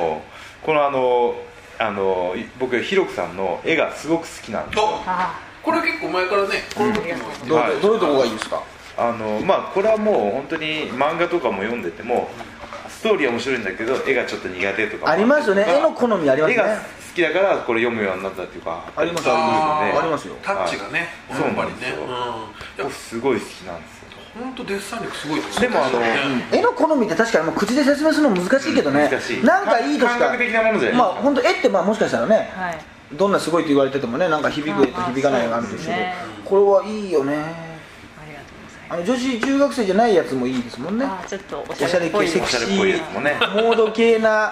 [SPEAKER 1] このあのあのい僕ひろくさんの絵がすごく好きなんですよ
[SPEAKER 4] あ
[SPEAKER 2] これ結構前からねこういう時も
[SPEAKER 3] どう,、
[SPEAKER 1] はい
[SPEAKER 3] どういうとこがいいですか
[SPEAKER 1] あのまあこれはもう本当に漫画とかも読んでてもストーリーは面白いんだけど絵がちょっと苦手とかも
[SPEAKER 3] ありますよね絵の好みあります
[SPEAKER 1] 絵
[SPEAKER 3] ね
[SPEAKER 1] が好きだからこれ読むようになったっていうか
[SPEAKER 3] あります
[SPEAKER 1] あ
[SPEAKER 3] あ
[SPEAKER 1] り
[SPEAKER 3] り
[SPEAKER 1] ます
[SPEAKER 3] ます
[SPEAKER 1] よね
[SPEAKER 3] ありま
[SPEAKER 2] タッ
[SPEAKER 3] すよ
[SPEAKER 2] チがね
[SPEAKER 1] は
[SPEAKER 2] や
[SPEAKER 1] い
[SPEAKER 2] っぱりね
[SPEAKER 1] そう
[SPEAKER 2] うんいや
[SPEAKER 1] 僕すごい好きなんですよ
[SPEAKER 2] 本当デッサン力すごいと思う
[SPEAKER 1] でもあの
[SPEAKER 2] ね
[SPEAKER 3] 絵の好みって確かにもう口で説明するの難しいけどね、
[SPEAKER 1] 難しい
[SPEAKER 3] なんかいいとしか
[SPEAKER 1] 感覚的なものじゃない
[SPEAKER 3] まあ本当絵ってまあもしかしたらね
[SPEAKER 4] ーはい
[SPEAKER 3] どんなすごいと言われててもねなんか響く絵と響かない絵があるんですけど、
[SPEAKER 4] まあまあ
[SPEAKER 3] これはいいよね
[SPEAKER 4] ありがとうござい
[SPEAKER 3] あの女子中学生じゃないやつもいいですもんね
[SPEAKER 4] ますあーちょっとお
[SPEAKER 3] お
[SPEAKER 4] し
[SPEAKER 3] し
[SPEAKER 4] ゃ
[SPEAKER 3] ゃ
[SPEAKER 4] れ
[SPEAKER 3] れ
[SPEAKER 4] っぽ
[SPEAKER 3] 系
[SPEAKER 4] い
[SPEAKER 3] セク
[SPEAKER 1] おし
[SPEAKER 3] シ
[SPEAKER 1] ゃれっぽいやつも
[SPEAKER 3] ー
[SPEAKER 1] ね
[SPEAKER 3] モード系な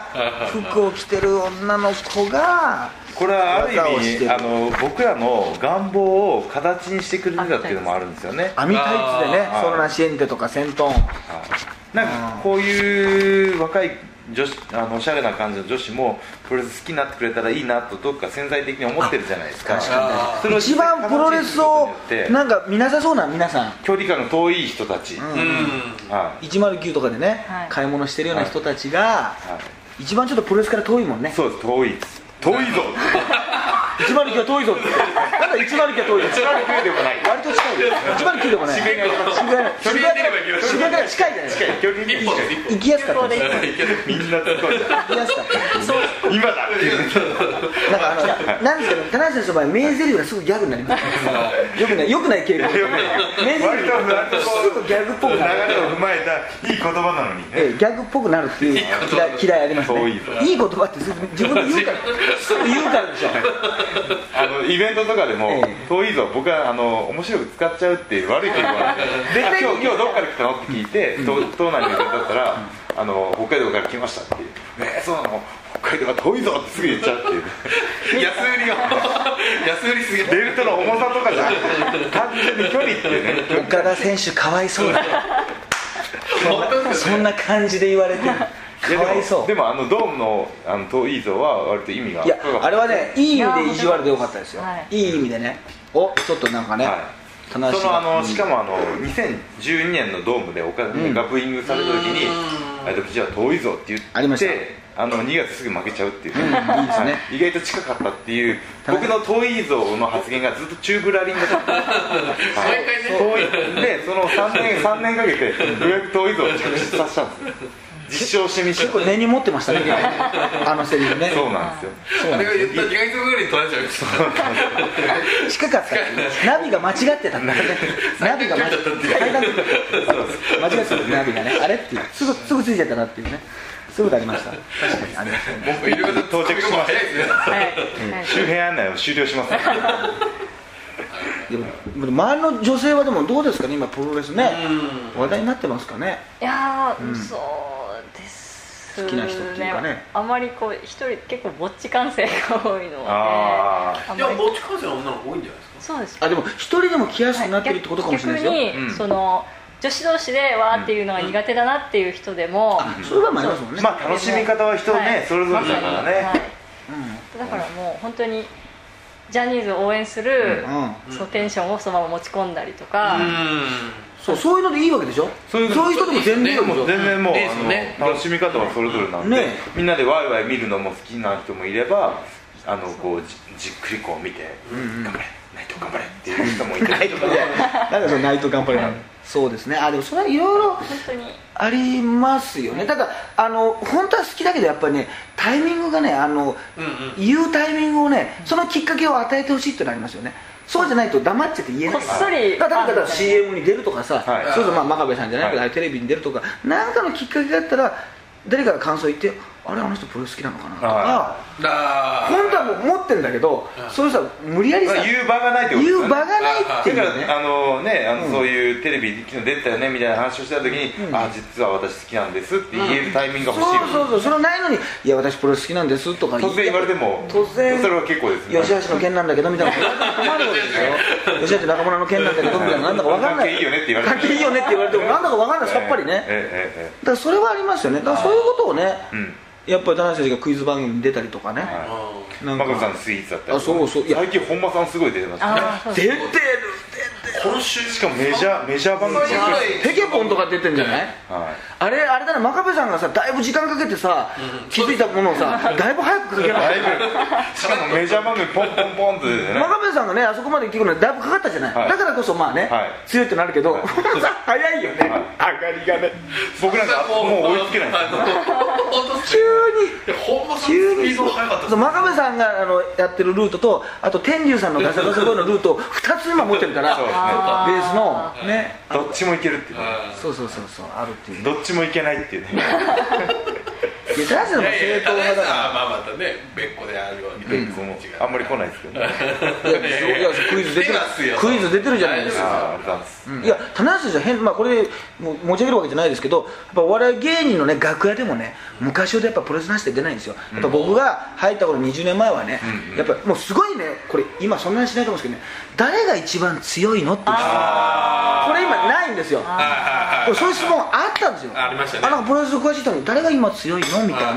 [SPEAKER 3] 服を着てる女の子が
[SPEAKER 1] これはある
[SPEAKER 3] 技を
[SPEAKER 1] 意
[SPEAKER 3] し
[SPEAKER 1] 味
[SPEAKER 3] てる
[SPEAKER 1] あの僕らの願望を形にしてくれてたっていうのもあるんですよね
[SPEAKER 3] 網タイツでね
[SPEAKER 1] あー
[SPEAKER 3] ソロナシエンテとかセントン
[SPEAKER 1] はいなんかこういう若い女子あのおしゃれな感じの女子もプロレス好きになってくれたらいいなとどっか潜在的に思ってるじゃないですか
[SPEAKER 3] 確
[SPEAKER 2] かに
[SPEAKER 1] それを
[SPEAKER 3] 一番プロレスをなんか見なさそうな皆さん
[SPEAKER 1] 距離感の遠い人たち、
[SPEAKER 2] うん
[SPEAKER 1] はい
[SPEAKER 3] 109とかでね、
[SPEAKER 4] はい
[SPEAKER 3] 買い物してるような人たちが、
[SPEAKER 1] は
[SPEAKER 3] 一番ちょっとプロレスから遠いもんね
[SPEAKER 1] い、そうです遠いです遠いぞ
[SPEAKER 3] 109は遠いぞってなんだ109は遠いぞ
[SPEAKER 1] 近くでもない
[SPEAKER 3] 割と近いよ109でもね
[SPEAKER 2] 渋谷区の
[SPEAKER 3] 渋谷の
[SPEAKER 2] 距離が出ればいいよ
[SPEAKER 3] 渋谷から近いじゃないですか
[SPEAKER 1] 距離
[SPEAKER 2] 一歩です一
[SPEAKER 3] 行きやすかったです
[SPEAKER 2] 歩いける
[SPEAKER 1] みんなすごい
[SPEAKER 3] 行きやすかった
[SPEAKER 1] 今だっていう
[SPEAKER 3] なんかあの、なんですけど、田中選手の場合、名台詞がすぐギャグになります。よくない、よくない傾向。名台詞がすぐギャグっぽ
[SPEAKER 1] 流
[SPEAKER 3] くなる。
[SPEAKER 1] れを踏まえたいい言葉なのにね
[SPEAKER 3] ええギャグっぽくなるっていう嫌い嫌いありますね
[SPEAKER 1] 遠い
[SPEAKER 3] いい言葉ってすぐ自分で言うからすぐ言うからでしょ
[SPEAKER 1] あのイベントとかでも
[SPEAKER 3] え
[SPEAKER 1] 「遠いぞ僕はあの面白く使っちゃう」っていう悪い傾向があって
[SPEAKER 3] 絶対
[SPEAKER 1] 今日今日どっから来たの?」って聞いて東東南に行ったら「あの北海道から来ました」っていう「えー、そうなの北海道が遠いぞ」ってすぐ言っちゃうって いう
[SPEAKER 2] 安売りが 安売りすぎ
[SPEAKER 1] ベルトの重さとかじゃなくて単純に距離っていうね
[SPEAKER 3] 岡田選手かわいそうだよ
[SPEAKER 2] 本当です
[SPEAKER 3] そ
[SPEAKER 2] よ
[SPEAKER 3] ん
[SPEAKER 2] ね
[SPEAKER 3] な感じで言われてる
[SPEAKER 1] い
[SPEAKER 3] か
[SPEAKER 1] やでも
[SPEAKER 3] わいそ
[SPEAKER 1] で
[SPEAKER 3] う
[SPEAKER 1] もあのドームのあの遠いぞは割と意味が
[SPEAKER 3] いやあれはねいい意味で意地悪でよかったですよ
[SPEAKER 4] はい
[SPEAKER 3] いい意味でねおちょっとなんかね
[SPEAKER 1] はい
[SPEAKER 3] 田
[SPEAKER 1] そ
[SPEAKER 3] 中
[SPEAKER 1] のあの
[SPEAKER 3] が
[SPEAKER 1] しかもあの2012年のドームで岡田がブーイングされた時に「あれじゃあ遠いぞ」って言って
[SPEAKER 3] ありました
[SPEAKER 1] あの2月すぐ負けちゃうっていう、
[SPEAKER 3] うんいいですね
[SPEAKER 1] はい意外と近かったっていう僕の遠いぞの発言がずっとチューブラリンだった、はい
[SPEAKER 2] 毎
[SPEAKER 1] 遠いでその3年3年かけてようやく遠いぞを着地させたんです実証してみて
[SPEAKER 3] 結構根に持ってましたねあのセリフ ね
[SPEAKER 1] そうなんですよ
[SPEAKER 2] あれが言ったら2ヶ月後ぐらいに取られちゃう
[SPEAKER 3] 近かったナビが間違ってたん だねナビが間違ってた間違ってたナビがねあれっていうすぐすぐついちゃったなっていうねすぐでありました確かにありましたね
[SPEAKER 2] 僕いろいろ
[SPEAKER 1] 到着しました
[SPEAKER 2] 早いですね
[SPEAKER 4] はい、はい
[SPEAKER 1] 周辺案内を終了しますね
[SPEAKER 3] でもでも周りの女性はでもどうですかね今プロレスね話題になってますかね
[SPEAKER 4] いやー、そうです、ね、
[SPEAKER 3] 好きな人っていうかね
[SPEAKER 4] あまりこう一人結構ぼっち感性が多いので
[SPEAKER 1] あ
[SPEAKER 4] あん
[SPEAKER 2] い
[SPEAKER 4] ま
[SPEAKER 2] や
[SPEAKER 4] り
[SPEAKER 2] ぼっち感性の女の子多いんじゃないですか
[SPEAKER 4] そうです
[SPEAKER 3] あでも一人でも来やすくなってるってことかもしれないですよ、
[SPEAKER 4] 逆に、
[SPEAKER 1] うん
[SPEAKER 4] その女子同士でわーっていうのが苦手だなっていう人でも、
[SPEAKER 3] あそれはまあありますもんね、
[SPEAKER 1] まあ楽しみ方は人ね、
[SPEAKER 4] はい
[SPEAKER 1] それぞれだからね、
[SPEAKER 4] はい
[SPEAKER 3] うん
[SPEAKER 4] だからもう本当にジャニーズを応援する、
[SPEAKER 3] うん
[SPEAKER 4] そうテンションをそのまま持ち込んだりとか、
[SPEAKER 3] そうそういうのでいいわけでしょ
[SPEAKER 1] そういうの
[SPEAKER 3] 人でも全然いいも
[SPEAKER 1] 全
[SPEAKER 3] ん
[SPEAKER 1] 然もう、
[SPEAKER 2] いいで
[SPEAKER 1] あ
[SPEAKER 2] す
[SPEAKER 1] の
[SPEAKER 2] よね
[SPEAKER 1] 楽しみ方はそれぞれなんで、
[SPEAKER 3] ね
[SPEAKER 1] みんなでワイワイ見るのも好きな人もいればあのこうじじっくりこう見て、頑張れ内藤頑張れっていう人もいて
[SPEAKER 3] いや なんかそのナイト頑張りなのそうですねあでもそれはいろいろ
[SPEAKER 4] 本当に
[SPEAKER 3] ありますよねただあの本当は好きだけどやっぱりねタイミングがねあの、
[SPEAKER 2] うん
[SPEAKER 3] 言うタイミングをねそのきっかけを与えてほしいってのありますよねそうじゃないと黙っちゃって言えない
[SPEAKER 4] こっそり
[SPEAKER 3] だから例えば
[SPEAKER 4] あみたいな
[SPEAKER 3] CM に出るとかさ、
[SPEAKER 1] はい
[SPEAKER 3] そうそうまあ真壁さんじゃないけ
[SPEAKER 1] はい
[SPEAKER 3] ど、ああいうテレビに出るとか何かのきっかけがあったら誰かが感想言ってあれあの人プロレス好きなのかなと
[SPEAKER 1] は
[SPEAKER 3] か
[SPEAKER 2] だ
[SPEAKER 3] 本当はもう思ってるんだけどそういう人は無理やりさ
[SPEAKER 1] まあ言う場がないってことです
[SPEAKER 3] 言
[SPEAKER 1] よ
[SPEAKER 3] う
[SPEAKER 1] ね
[SPEAKER 3] 場がないってい
[SPEAKER 1] だ
[SPEAKER 3] う
[SPEAKER 1] か
[SPEAKER 3] ね
[SPEAKER 1] らあのねあの、
[SPEAKER 3] うん
[SPEAKER 1] そういうテレビ昨日出てたよねみたいな話をした時に、
[SPEAKER 3] うん
[SPEAKER 1] あ実は私好きなんですって言えるタイミングが欲しい、
[SPEAKER 3] そうそうそうそのないのに「いや私プロレス好きなんです」とか
[SPEAKER 1] 突然言われても
[SPEAKER 3] 突然
[SPEAKER 1] それは結構ですね
[SPEAKER 3] 吉橋の件なんだけどみたいな困るわけでしょ吉橋中村の件なんだけど みたいななんだか分かんな
[SPEAKER 1] 関
[SPEAKER 3] い
[SPEAKER 1] 係いいよねって言われても
[SPEAKER 3] 関係いいよねって言われてもなんだか分かんないさっぱりね、だか
[SPEAKER 1] え
[SPEAKER 3] らそれはありますよねだからそういうことをね
[SPEAKER 1] えええええうん
[SPEAKER 3] やっぱり田中選手がクイズ番組に出たりとかね、
[SPEAKER 1] は
[SPEAKER 3] なん
[SPEAKER 1] マコさん
[SPEAKER 3] か
[SPEAKER 1] のスイーツだったりとか
[SPEAKER 3] あそうそういや
[SPEAKER 1] 最近本間さんすごい出てますね
[SPEAKER 4] ああそう
[SPEAKER 3] 出てる
[SPEAKER 2] 今週
[SPEAKER 1] しかもメジャーメジャー番組
[SPEAKER 2] そうですね
[SPEAKER 3] ペケポンとか出てんじゃない
[SPEAKER 1] はい
[SPEAKER 3] あれあれだね真壁さんがさだいぶ時間かけてさ気づいたものをさだいぶ早くかけられ
[SPEAKER 1] だいぶしかもメジャー番組ポンポンポンって 出てね
[SPEAKER 3] 真壁さんがねあそこまで聞くのにだいぶかかったじゃない、
[SPEAKER 1] はい
[SPEAKER 3] だからこそまあね、
[SPEAKER 1] はい
[SPEAKER 3] 強いってなるけど、
[SPEAKER 1] はい
[SPEAKER 3] 早いよね、上がりがね
[SPEAKER 1] 僕なんかもう追いつけない
[SPEAKER 2] 本当
[SPEAKER 3] 急に
[SPEAKER 2] ほんまその
[SPEAKER 3] 急
[SPEAKER 2] スピ
[SPEAKER 3] に
[SPEAKER 2] ードが速かった
[SPEAKER 3] そう真壁さんがあのやってるルートとあと天竜さんのガサガサ声のルートを2つ今持ってるから
[SPEAKER 1] そう
[SPEAKER 3] ベ
[SPEAKER 1] ですね
[SPEAKER 4] あ
[SPEAKER 3] ースのね
[SPEAKER 1] どっちもいけるっていうね
[SPEAKER 2] はい
[SPEAKER 3] そうそうそうそうあるっていうね
[SPEAKER 1] どっちもいけないっていうね
[SPEAKER 3] いや田中さんも
[SPEAKER 2] いやい
[SPEAKER 3] 正
[SPEAKER 2] や、高橋
[SPEAKER 3] 統派だ
[SPEAKER 2] さんは
[SPEAKER 3] か
[SPEAKER 2] まあまたね、別個であるように、
[SPEAKER 1] 結構もうあんまり来ないですけどね
[SPEAKER 3] らいやいやいやクイズ出て
[SPEAKER 2] 出
[SPEAKER 3] る
[SPEAKER 2] ますよ
[SPEAKER 3] クイズ出てるじゃないです
[SPEAKER 1] あ
[SPEAKER 3] か
[SPEAKER 1] あありがとうございます
[SPEAKER 3] いや田中選手は変、まあ、これもう持ち上げるわけじゃないですけどやっぱお笑い芸人の、ね、楽屋でもね昔ほどやっぱプロレスなしで出ないんですよ、やっぱ僕が入った頃20年前はね、やっぱもうすごいねこれ今そんなにしないと思うんですけどね誰が一番強いのっていう質問これ今ないんですよこれそういう質問あったんですよ
[SPEAKER 2] ありましたね
[SPEAKER 3] あなんかプロレス詳しい人に誰が今強いのみたい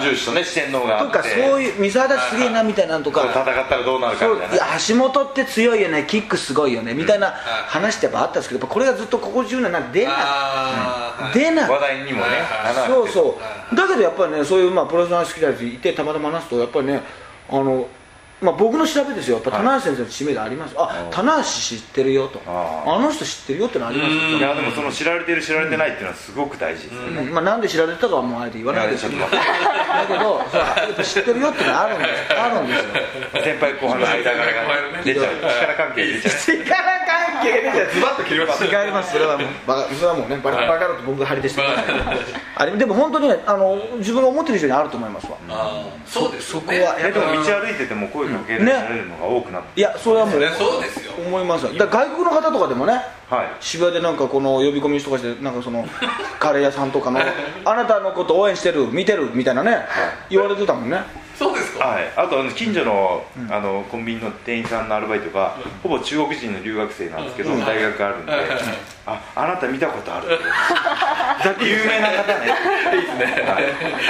[SPEAKER 1] で三重師とね四天王が
[SPEAKER 3] とかそう
[SPEAKER 1] いう
[SPEAKER 3] いう水足立すげえなみたいなのとか
[SPEAKER 1] 戦ったらどうなるか
[SPEAKER 3] そ
[SPEAKER 1] み
[SPEAKER 3] うい
[SPEAKER 1] たいなね
[SPEAKER 3] や橋本って強いよねキックすごいよねみたいな話ってやっぱあったんですけどやっぱこれがずっとここ10年なんか出な
[SPEAKER 2] あー
[SPEAKER 3] い出ない
[SPEAKER 1] 話題にもね
[SPEAKER 2] はい
[SPEAKER 1] 花が
[SPEAKER 3] そうそうだけどやっぱりねそういうまあプロレスの話好きなやついてたまたま話すとやっぱりねあのまあ僕の調べですよやっぱ棚橋先生の知名度ありますあ棚橋知ってるよと
[SPEAKER 1] あ
[SPEAKER 3] あの人知ってるよってのありますよ
[SPEAKER 1] いやでもその知られてる知られてないっていうのはすごく大事ですよね
[SPEAKER 3] うんまあ、なんで知られてたかはもうあえて言わないですけどだけどそうやっぱ知ってるよってのはあるんですあるんですよ
[SPEAKER 1] 先輩後輩の間柄がね出ちゃう力関係出ちゃう
[SPEAKER 3] 力関係でじゃ
[SPEAKER 2] ズバッと切れました
[SPEAKER 3] 違いますそれはもうバカそれはもうねバカバカだと僕が張り出してます
[SPEAKER 2] バカ
[SPEAKER 3] あれでも本当にねあの自分が思ってる以上にあると思いますわ
[SPEAKER 2] あーそうですよね
[SPEAKER 3] そこは
[SPEAKER 1] えでも道歩いてても声かけられるのが多くなって
[SPEAKER 3] いやそれはもう
[SPEAKER 2] そりゃそうですよ
[SPEAKER 3] 思いますよだから外国の方とかでもね
[SPEAKER 1] はい
[SPEAKER 3] 渋谷でなんかこの呼び込みとかしてなんかそ のカレー屋さんとかのあなたのこと応援してる見てるみたいなね言われてたもんね
[SPEAKER 2] そうですか
[SPEAKER 1] はい、あとあの近所の,、あのコンビニの店員さんのアルバイトが、ほぼ中国人の留学生なんですけど、
[SPEAKER 2] うん
[SPEAKER 1] 大学があるんで、
[SPEAKER 2] はいはい
[SPEAKER 1] ああなた見たことあるってだって有名な方ね いいですね、はい、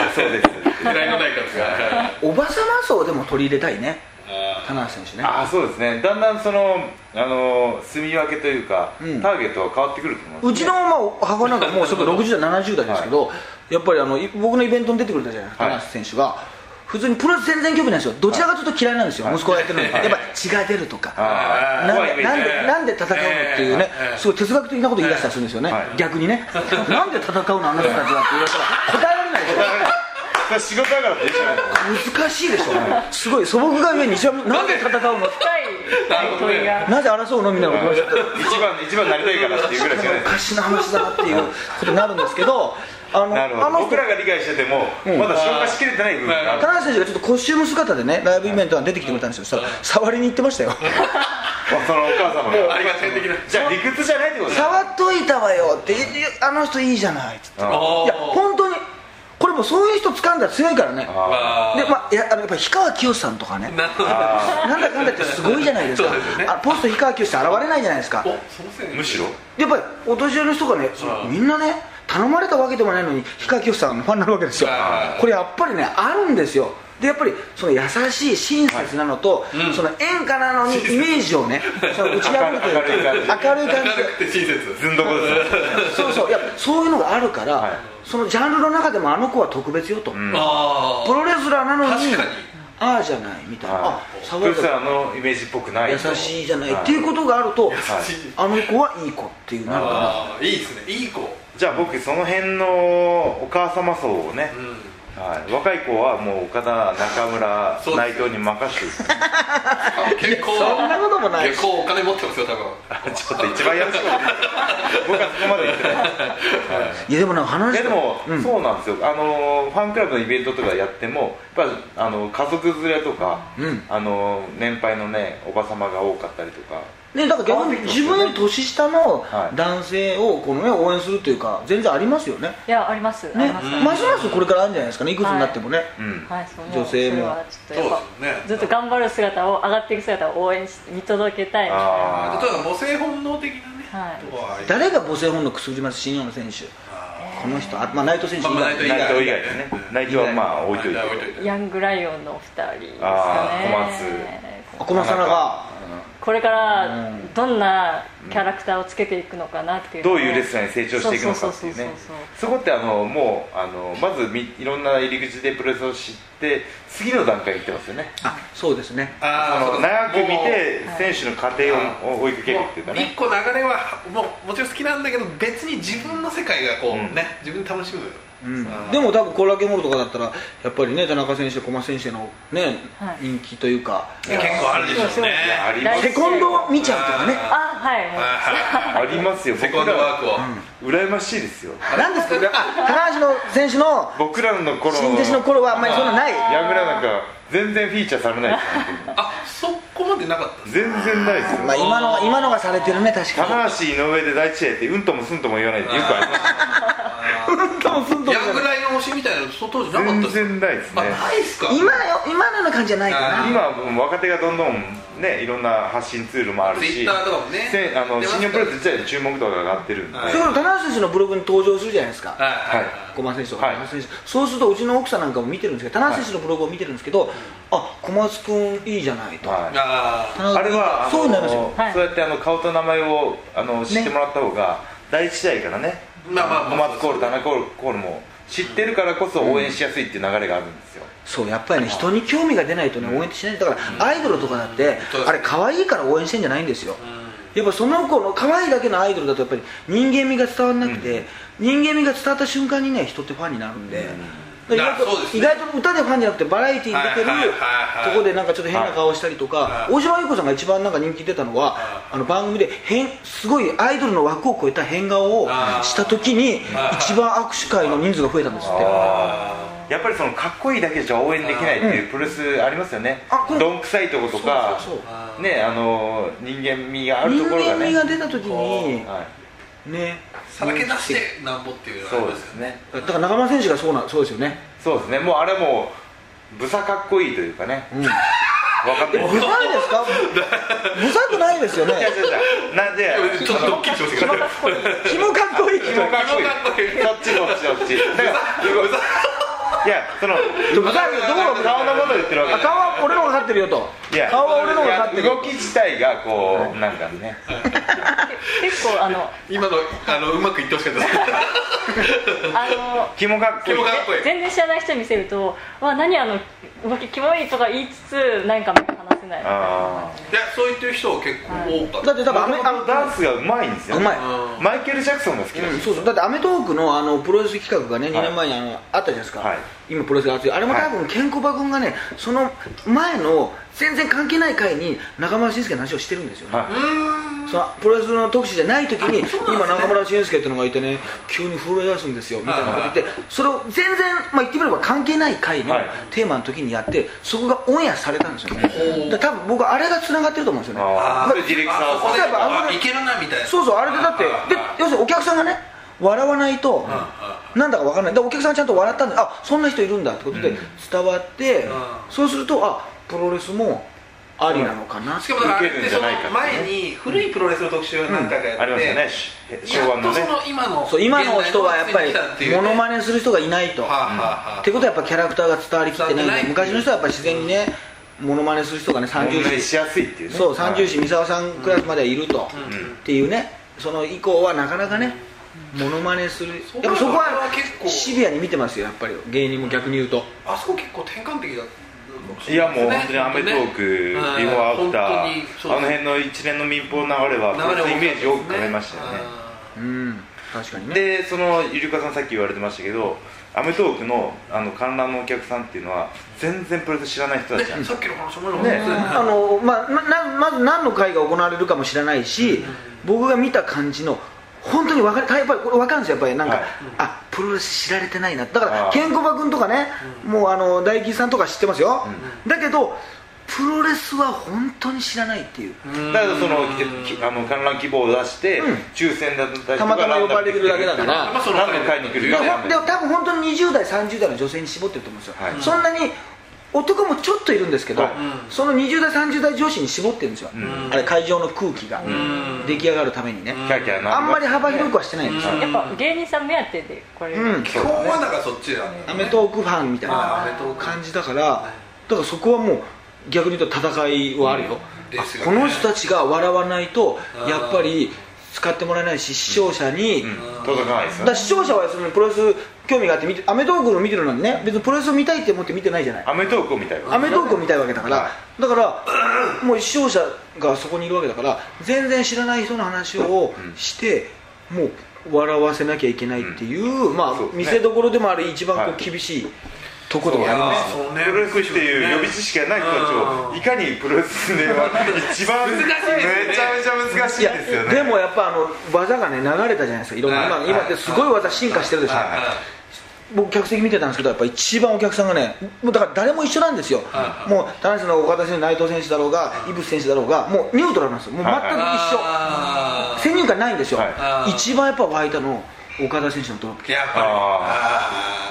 [SPEAKER 1] あそうですって
[SPEAKER 2] 嫌いのない感じが
[SPEAKER 3] おばさま層でも取り入れたいね
[SPEAKER 2] あ
[SPEAKER 3] 棚橋選手ね
[SPEAKER 1] あそうですねだんだんそのあの住み分けというか、
[SPEAKER 3] うん
[SPEAKER 1] ターゲットは変わってくると思います、
[SPEAKER 3] うちの、まあ、母なんかもうすぐ60代70代ですけど、やっぱりあのい僕のイベントに出てくれたじゃないですか、
[SPEAKER 1] はい
[SPEAKER 3] 田中選手が普通にプロレス全然興味ないんですよどちらかというと嫌いなんですよ、
[SPEAKER 1] はい
[SPEAKER 3] 息子がやってるのに、
[SPEAKER 1] はい
[SPEAKER 3] やっぱ血が出るとか、
[SPEAKER 1] あー
[SPEAKER 3] なん
[SPEAKER 1] 怖いイ
[SPEAKER 3] で
[SPEAKER 1] メー
[SPEAKER 3] な
[SPEAKER 1] ジ
[SPEAKER 3] ん
[SPEAKER 1] ね
[SPEAKER 3] でなんで戦うのっていうね、
[SPEAKER 2] えー
[SPEAKER 3] すごい哲学的なこと言い出したりするんですよね、
[SPEAKER 1] はい
[SPEAKER 3] 逆にねなんで戦うのあなたたちはって言われたら答えられないでしょ
[SPEAKER 1] それ仕事だからって言っちゃう
[SPEAKER 3] 難しいでしょすごい素朴がゆえに一番なんで戦うの
[SPEAKER 4] 深い問いが
[SPEAKER 3] なぜ争うのみたいなこと言われちゃって
[SPEAKER 1] 一番一番なりたいからっていうぐらいしかない
[SPEAKER 3] おかしな話だなっていうことになるんですけどあの
[SPEAKER 1] なる
[SPEAKER 3] あ
[SPEAKER 1] ほど
[SPEAKER 3] の人
[SPEAKER 1] 僕らが理解してても、
[SPEAKER 3] うん
[SPEAKER 1] まだ消化しきれてない部分がある
[SPEAKER 3] 田中選手がちょっとコスチューム姿でねライブイベントが出てきてくれたんですよそしたら触りに行ってましたよ
[SPEAKER 1] そのお母様
[SPEAKER 2] ー
[SPEAKER 1] が
[SPEAKER 2] ありがたい的な
[SPEAKER 1] じゃあ理屈じゃないってことですね
[SPEAKER 3] 触っといたわよって言ってあの人いいじゃないって言って
[SPEAKER 1] あ
[SPEAKER 2] あ
[SPEAKER 3] いや本当にこれもうそういう人掴んだら強いからねで
[SPEAKER 1] あ
[SPEAKER 2] あー
[SPEAKER 3] まあいやあのやっぱり氷川きよしさんとかね
[SPEAKER 2] なるほど
[SPEAKER 1] あ
[SPEAKER 3] なんだかんだってすごいじゃないですか
[SPEAKER 2] そうですよね
[SPEAKER 3] あポスト氷川きよしさん現れないじゃないですか
[SPEAKER 2] おそのせいで
[SPEAKER 1] むしろ
[SPEAKER 3] やっぱりお年寄りの人がねそのみんなね頼まれたわけでもないのに氷川きよしさんのファンになるわけですよ
[SPEAKER 2] あー
[SPEAKER 3] これやっぱりねあるんですよでやっぱりその優しい親切なのと、その演歌なのにイメージをねその打ち破るというか明る
[SPEAKER 2] 明
[SPEAKER 3] い感じ
[SPEAKER 2] るくて親切
[SPEAKER 1] ずんどこですね
[SPEAKER 3] でそうそういやそういうのがあるから、
[SPEAKER 1] はい
[SPEAKER 3] そのジャンルの中でもあの子は特別よと、
[SPEAKER 1] ん
[SPEAKER 2] あ
[SPEAKER 3] プロレスラーなのに
[SPEAKER 2] 確かに
[SPEAKER 3] ああじゃないみたいな、
[SPEAKER 1] は
[SPEAKER 3] あ
[SPEAKER 1] い
[SPEAKER 3] 爽や
[SPEAKER 1] プロレス
[SPEAKER 3] か
[SPEAKER 1] ラーのイメージっぽくない
[SPEAKER 3] 優しいじゃない、
[SPEAKER 1] は
[SPEAKER 3] っていうことがあると、
[SPEAKER 2] あ
[SPEAKER 1] はい
[SPEAKER 3] あの子はいい子っていうなるから
[SPEAKER 2] あーいいですねいい子
[SPEAKER 1] じゃあ僕その辺のお母様層をね
[SPEAKER 2] う、ん
[SPEAKER 1] はい、若い子はもう岡田中村
[SPEAKER 2] そうです
[SPEAKER 1] 内藤に任せて
[SPEAKER 2] あ結構
[SPEAKER 3] そんなこともない
[SPEAKER 2] 結構お金持ってますよ多分
[SPEAKER 1] ちょっと一 番安い僕はそこまで言ってない、はい
[SPEAKER 3] いやでもなんか話
[SPEAKER 1] いやでも、
[SPEAKER 3] うん
[SPEAKER 1] そうなんですよあのファンクラブのイベントとかやってもやっぱあの家族連れとか、
[SPEAKER 3] うん
[SPEAKER 1] あの年配のねおば様が多かったりとか
[SPEAKER 3] ね、だから逆に自分より年下の
[SPEAKER 1] はい
[SPEAKER 3] 男性をこの、ね、応援するというか全然ありますよね
[SPEAKER 4] いやあります、あ
[SPEAKER 3] ね
[SPEAKER 4] ります、
[SPEAKER 2] うん
[SPEAKER 3] ますますこれからあるんじゃないですかねいくつになってもね、
[SPEAKER 1] うん
[SPEAKER 4] はい、そう
[SPEAKER 3] 女性も
[SPEAKER 4] それはちょっとやっ
[SPEAKER 2] そう
[SPEAKER 4] ぱ、
[SPEAKER 2] ですよね
[SPEAKER 4] ずっと頑張る姿を上がっていく姿を応援し見届けたいみたいな
[SPEAKER 1] あ
[SPEAKER 2] 例えば母性本能的なね、
[SPEAKER 4] はい
[SPEAKER 2] とこはあり
[SPEAKER 3] 誰が母性本能くすぐります新山選手
[SPEAKER 2] あ
[SPEAKER 3] この人あ、まあ、内藤選手以
[SPEAKER 2] まあまあ内
[SPEAKER 3] 外
[SPEAKER 1] 内
[SPEAKER 2] 藤
[SPEAKER 1] 藤以外ですね内藤はまあ置いといて
[SPEAKER 2] あ置いといて
[SPEAKER 4] ヤングライオンのお二人ですか
[SPEAKER 1] あ
[SPEAKER 4] ね
[SPEAKER 1] ー
[SPEAKER 3] 小松さんが
[SPEAKER 4] これか
[SPEAKER 3] う
[SPEAKER 4] ら
[SPEAKER 3] ん
[SPEAKER 4] どんなキャラクターをつけていくのかなっていうの
[SPEAKER 1] ど
[SPEAKER 4] を
[SPEAKER 1] ういうレスラーに成長していくのかっていうね
[SPEAKER 4] そうそうそうそうそう
[SPEAKER 1] そこってあのもうあのまずみいろんな入り口でプロレスを知って次の段階に行ってますよね
[SPEAKER 3] あそうですね
[SPEAKER 2] あ
[SPEAKER 1] その長く見て
[SPEAKER 4] もう
[SPEAKER 1] 選手の過程を追いかけるっていうか
[SPEAKER 2] もう一
[SPEAKER 1] ね
[SPEAKER 2] 個流れはもうもちろん好きなんだけど別に自分の世界がこう
[SPEAKER 1] うん
[SPEAKER 2] ね、自分で楽しむ、
[SPEAKER 3] うん
[SPEAKER 2] あー
[SPEAKER 3] でも多分コラーゲンモールとかだったらやっぱりね田中選手小松選手のね、
[SPEAKER 4] はい
[SPEAKER 3] 人気というか
[SPEAKER 2] 結構あるでしょうね
[SPEAKER 1] いやあります
[SPEAKER 3] セコンドを見ちゃうとかね
[SPEAKER 4] あはいもう
[SPEAKER 2] あ
[SPEAKER 1] ありますよ
[SPEAKER 2] セ
[SPEAKER 1] 僕
[SPEAKER 2] コンド
[SPEAKER 1] ら
[SPEAKER 2] ワークを、
[SPEAKER 1] 羨ましいですよ
[SPEAKER 3] なんですかあ棚橋の選手の
[SPEAKER 1] 僕らの頃
[SPEAKER 3] 新弟子の頃はあんまりそんなない
[SPEAKER 1] ヤングラなんか全然フィーチャーされないですよ本
[SPEAKER 2] あそこまでなかったん
[SPEAKER 1] 当
[SPEAKER 2] で
[SPEAKER 1] に
[SPEAKER 2] す
[SPEAKER 1] 全然ないですよ
[SPEAKER 3] まあ、今のが今のがされてるね確かに
[SPEAKER 1] 高橋井上で第一試合ってうんともすんとも言わないってよくあります
[SPEAKER 3] 多分すんとこ
[SPEAKER 2] ヤングライオン推しみたいなのその当時なかった
[SPEAKER 1] 全
[SPEAKER 2] です
[SPEAKER 1] 然ないですね
[SPEAKER 2] あないっすか
[SPEAKER 3] 今よ今のような感じじゃないか
[SPEAKER 2] あ
[SPEAKER 3] な
[SPEAKER 1] 今はもう若手がどんどんねいろんな発信ツールもあるし
[SPEAKER 2] ツイッターとかもね
[SPEAKER 1] せあの
[SPEAKER 2] 出ます
[SPEAKER 1] 新
[SPEAKER 2] から
[SPEAKER 1] 日本プロレス自体の注目度が上がってるんで、
[SPEAKER 2] はい
[SPEAKER 3] それから田中選手のブログに登場するじゃないです
[SPEAKER 2] は
[SPEAKER 3] か
[SPEAKER 2] いはいはい
[SPEAKER 3] 小松選手とか
[SPEAKER 1] はい
[SPEAKER 3] 田中選手、そうするとうちの奥さんなんかも見てるんですけど田中選手のブログを見てるんですけど、あ小松君いいじゃないと、
[SPEAKER 1] はい
[SPEAKER 2] あ
[SPEAKER 3] 田中
[SPEAKER 1] あれはあの
[SPEAKER 3] そうなりますよ
[SPEAKER 4] はい
[SPEAKER 1] そうやってあの顔と名前をあの知ってもらった方が、第一試合からね
[SPEAKER 2] ーまあまあ
[SPEAKER 1] 小
[SPEAKER 2] まあ
[SPEAKER 1] 松コール田中コールコールも知ってるからこそ応援しやすいっていう流れがあるんですよ、
[SPEAKER 3] そうやっぱりね人に興味が出ないとね応援ってしないだからアイドルとかだって
[SPEAKER 2] そうです
[SPEAKER 3] あれ可愛いから応援してんじゃないんですよ
[SPEAKER 2] うん
[SPEAKER 3] やっぱその子の可愛いだけのアイドルだとやっぱり人間味が伝わらなくて、人間味が伝わった瞬間にね人ってファンになるんで、だから意外
[SPEAKER 2] あそうですね
[SPEAKER 3] と意外と歌でファンじゃなくてバラエティーに出てる
[SPEAKER 2] はいはいはいはい
[SPEAKER 3] とこでなんかちょっと変な顔したりとか、
[SPEAKER 2] はい
[SPEAKER 3] 大島優子さんが一番なんか人気出たのは、あの番組で変すごいアイドルの枠を超えた変顔を
[SPEAKER 2] あー
[SPEAKER 3] した時に
[SPEAKER 2] はい
[SPEAKER 3] 一番握手会の人数が増えたんですって。
[SPEAKER 1] あーやっぱりそのかっこいいだけじゃ応援できないっていうプロレスありますよね
[SPEAKER 3] あこ、れ
[SPEAKER 1] どんくさいとことか
[SPEAKER 3] そうそうそう
[SPEAKER 2] あー
[SPEAKER 1] ねあの人間味があると
[SPEAKER 3] 人
[SPEAKER 1] ころが
[SPEAKER 3] 間
[SPEAKER 1] ね
[SPEAKER 3] 味が出た時に
[SPEAKER 1] はい、
[SPEAKER 3] ね
[SPEAKER 2] さらけ出してなんぼっていうのがあり
[SPEAKER 1] そう
[SPEAKER 2] ま
[SPEAKER 1] です
[SPEAKER 2] よ
[SPEAKER 1] すね
[SPEAKER 3] だから長間選手がそうなそうですよね
[SPEAKER 1] そうですねもうあれもうブサかっこいいというかね、分かって
[SPEAKER 3] ブ
[SPEAKER 1] る
[SPEAKER 3] サいです かブサくないですよね
[SPEAKER 1] 違う違う違うなんで
[SPEAKER 2] ちょっとドッキリしましたけど
[SPEAKER 3] キモかっこいいキ
[SPEAKER 1] そ
[SPEAKER 3] モ
[SPEAKER 1] うかっこいいそっちこっちそっちだからいやその
[SPEAKER 3] ブサくどこのブサ
[SPEAKER 1] 顔のこと言ってるわけ
[SPEAKER 3] あ
[SPEAKER 1] じゃ
[SPEAKER 3] 顔は俺の方が勝ってるよと
[SPEAKER 1] ないいや
[SPEAKER 3] 顔は俺の方が勝ってる
[SPEAKER 1] 動き自体がこうなんかね
[SPEAKER 4] 結構あの
[SPEAKER 2] 今のあのうまくいってほ しかったです
[SPEAKER 4] あの
[SPEAKER 1] キモかっこいい
[SPEAKER 2] キモかっこいい
[SPEAKER 4] 全然知らない人に見せると「わ何あの動きキモい」とか言いつつなんか話せない
[SPEAKER 1] あ
[SPEAKER 2] いやそう言ってる人結構多かった
[SPEAKER 3] だって多分アメ
[SPEAKER 1] あのダンスがうまいんですよ
[SPEAKER 3] うまい
[SPEAKER 2] うん
[SPEAKER 1] マイケル・ジャクソンが好きなん
[SPEAKER 3] うん
[SPEAKER 1] です
[SPEAKER 3] そうそうだってアメトーークのあのプロレス企画がね2
[SPEAKER 1] はい
[SPEAKER 3] 年前にあのあったじゃないですか、
[SPEAKER 1] はい
[SPEAKER 3] 今プロレスが熱いあれも多分ケンコバ君がねその前の全然関係ない回に中村俊輔の話をしてるんですよね、
[SPEAKER 1] は
[SPEAKER 3] そのプロレスの特集じゃない時に、
[SPEAKER 2] あそうなんですね
[SPEAKER 3] 今中村俊輔ってのがいてね急に震え出すんですよみたいなこと言ってそれを全然、まあ、言ってみれば関係ない回の
[SPEAKER 1] はい
[SPEAKER 3] テーマの時にやってそこがオンエアされたんですよね
[SPEAKER 2] お
[SPEAKER 3] だから多分僕はあれがつながってると思うんですよね
[SPEAKER 2] あ
[SPEAKER 1] あー
[SPEAKER 2] ー
[SPEAKER 1] それディレクタ
[SPEAKER 2] あそ
[SPEAKER 1] ー
[SPEAKER 2] こ
[SPEAKER 1] さん
[SPEAKER 2] で
[SPEAKER 3] 例えばあ
[SPEAKER 2] あいけるなみたいな
[SPEAKER 3] そうそうあれでだってで
[SPEAKER 2] あ
[SPEAKER 3] 要するにお客さんがね笑わないとなんだか分からないでお客さんがちゃんと笑ったんであそんな人いるんだってことで伝わって
[SPEAKER 2] うん
[SPEAKER 3] そうするとあプロレスもありなのかな
[SPEAKER 2] しかもだからあれってその
[SPEAKER 1] 受けるんじゃないか
[SPEAKER 2] 前に古いプロレスの特集を何回かやって
[SPEAKER 1] ありましたねし昭和のね
[SPEAKER 2] やっとその今の
[SPEAKER 3] そう今の人はやっぱり
[SPEAKER 2] 現代の人に来たっていう
[SPEAKER 3] モ
[SPEAKER 2] ね
[SPEAKER 3] ノマネする人がいないと
[SPEAKER 2] はあはあはあ
[SPEAKER 3] ってことはやっぱキャラクターが伝わりきってないん
[SPEAKER 2] 伝わってな
[SPEAKER 3] で
[SPEAKER 2] い
[SPEAKER 3] 昔の人はやっぱ自然にねモノマネする人がね三
[SPEAKER 1] 問
[SPEAKER 3] 重
[SPEAKER 1] 題
[SPEAKER 3] 師
[SPEAKER 1] しやすいっていうね
[SPEAKER 3] そう三重師
[SPEAKER 1] は
[SPEAKER 3] 三沢さんクラスまではいると、
[SPEAKER 2] うん
[SPEAKER 1] ん
[SPEAKER 3] っていうねその以降はなかなかねモノマネする
[SPEAKER 2] そう
[SPEAKER 3] やっぱそこ
[SPEAKER 2] あれは
[SPEAKER 3] は
[SPEAKER 2] 結構
[SPEAKER 3] シビアに見てますよやっぱり芸人も逆に言うと
[SPEAKER 2] あそこ結構転換的だっ
[SPEAKER 1] いいやもう本当に『アメトーク』ビフォーアフターあの辺の一連の民放の流れはプロレスのイメージを変えましたよね
[SPEAKER 3] うん確かにね
[SPEAKER 1] でそのゆりかさんさっき言われてましたけど『アメトーークの』あの観覧のお客さんっていうのは全然プロレス知らない人たちな
[SPEAKER 2] ね
[SPEAKER 1] んです
[SPEAKER 2] さっきの話もある
[SPEAKER 1] ね
[SPEAKER 3] あのまあ、ななまず何の会が行われるかも知らないし、僕が見た感じの本当に分かるやっぱりこれ分かるんですよやっぱりなんか、
[SPEAKER 1] はい
[SPEAKER 3] あプロレス知られてないなだか
[SPEAKER 1] あ
[SPEAKER 3] ら
[SPEAKER 1] ー
[SPEAKER 3] ケンコバ君とかね、もうあの大吉さんとか知ってますよ、だけどプロレスは本当に知らないっていう
[SPEAKER 1] だからそのきあの観覧希望を出して、
[SPEAKER 3] うん
[SPEAKER 1] 抽選だったりとか
[SPEAKER 3] たまたま呼ばれるだけだから
[SPEAKER 1] ランダムで来てくれる何の会に来る
[SPEAKER 3] で
[SPEAKER 1] か
[SPEAKER 3] ほ
[SPEAKER 1] わか
[SPEAKER 3] ん
[SPEAKER 1] ん
[SPEAKER 3] で
[SPEAKER 1] ない
[SPEAKER 3] も多分本当に20代30代の女性に絞ってると思うんですよ、
[SPEAKER 1] はい
[SPEAKER 3] そんなに男もちょっといるんですけど、
[SPEAKER 1] はい
[SPEAKER 3] その20代30代女子に絞ってるんですよ、
[SPEAKER 1] ん
[SPEAKER 3] あれ会場の空気が
[SPEAKER 2] ん
[SPEAKER 3] 出来上がるためにね、
[SPEAKER 1] キャーキャーな
[SPEAKER 3] あんまり幅広くはしてないんですよ、
[SPEAKER 4] やっぱ芸人さん目当てでこれ、
[SPEAKER 3] うん
[SPEAKER 2] 基本はだからそっちなんだよね
[SPEAKER 3] アメトーークファンみたい
[SPEAKER 2] あーアメトーー
[SPEAKER 3] な
[SPEAKER 2] ク
[SPEAKER 3] 感じだからだからそこはもう逆に言うと戦いはあるよ、
[SPEAKER 2] ですよ
[SPEAKER 3] こ
[SPEAKER 2] ね
[SPEAKER 3] の人たちが笑わないと
[SPEAKER 2] あー
[SPEAKER 3] やっぱり使ってもらえないし視聴者に、
[SPEAKER 1] うん届かないですよ
[SPEAKER 3] だか
[SPEAKER 1] ね
[SPEAKER 3] ら視聴者はそのプロレス興味があって見てアメトーークの見てるのにね別にプロレスを見たいって思って見てないじゃない
[SPEAKER 1] アメトーークみたいな
[SPEAKER 3] アメトーークを見たいわけだから、
[SPEAKER 1] は
[SPEAKER 3] だからもう視聴者がそこにいるわけだから全然知らない人の話をして、もう笑わせなきゃいけないっていう、まあ
[SPEAKER 1] そうね
[SPEAKER 3] 見せどころでもあり一番こ
[SPEAKER 1] は
[SPEAKER 3] う
[SPEAKER 1] い
[SPEAKER 3] 厳しいとこではありますよ
[SPEAKER 2] そうね
[SPEAKER 1] プロレスっていう予備知識がない人たちをいかにプロレスでは一番
[SPEAKER 2] 難しいですね
[SPEAKER 1] めちゃめちゃ難しい
[SPEAKER 3] いや
[SPEAKER 1] ですよね
[SPEAKER 3] でもやっぱあの技がね流れたじゃないですかいろんな
[SPEAKER 2] は
[SPEAKER 3] 今
[SPEAKER 2] い
[SPEAKER 3] 今ってすごい技進化してるでしょ
[SPEAKER 1] はい
[SPEAKER 3] 僕客席見てたんですけどやっぱ一番お客さんがねもうだから誰も一緒なんですよ
[SPEAKER 2] はい
[SPEAKER 3] もう田中さんの岡田選手内藤選手だろうが井渕選手だろうがもうニュートラルなんですよもう全く一緒
[SPEAKER 2] あー
[SPEAKER 3] 先入観ないんですよ
[SPEAKER 1] は
[SPEAKER 3] 一番やっぱ湧いたの岡田選手のドロップキック
[SPEAKER 2] やっぱりあ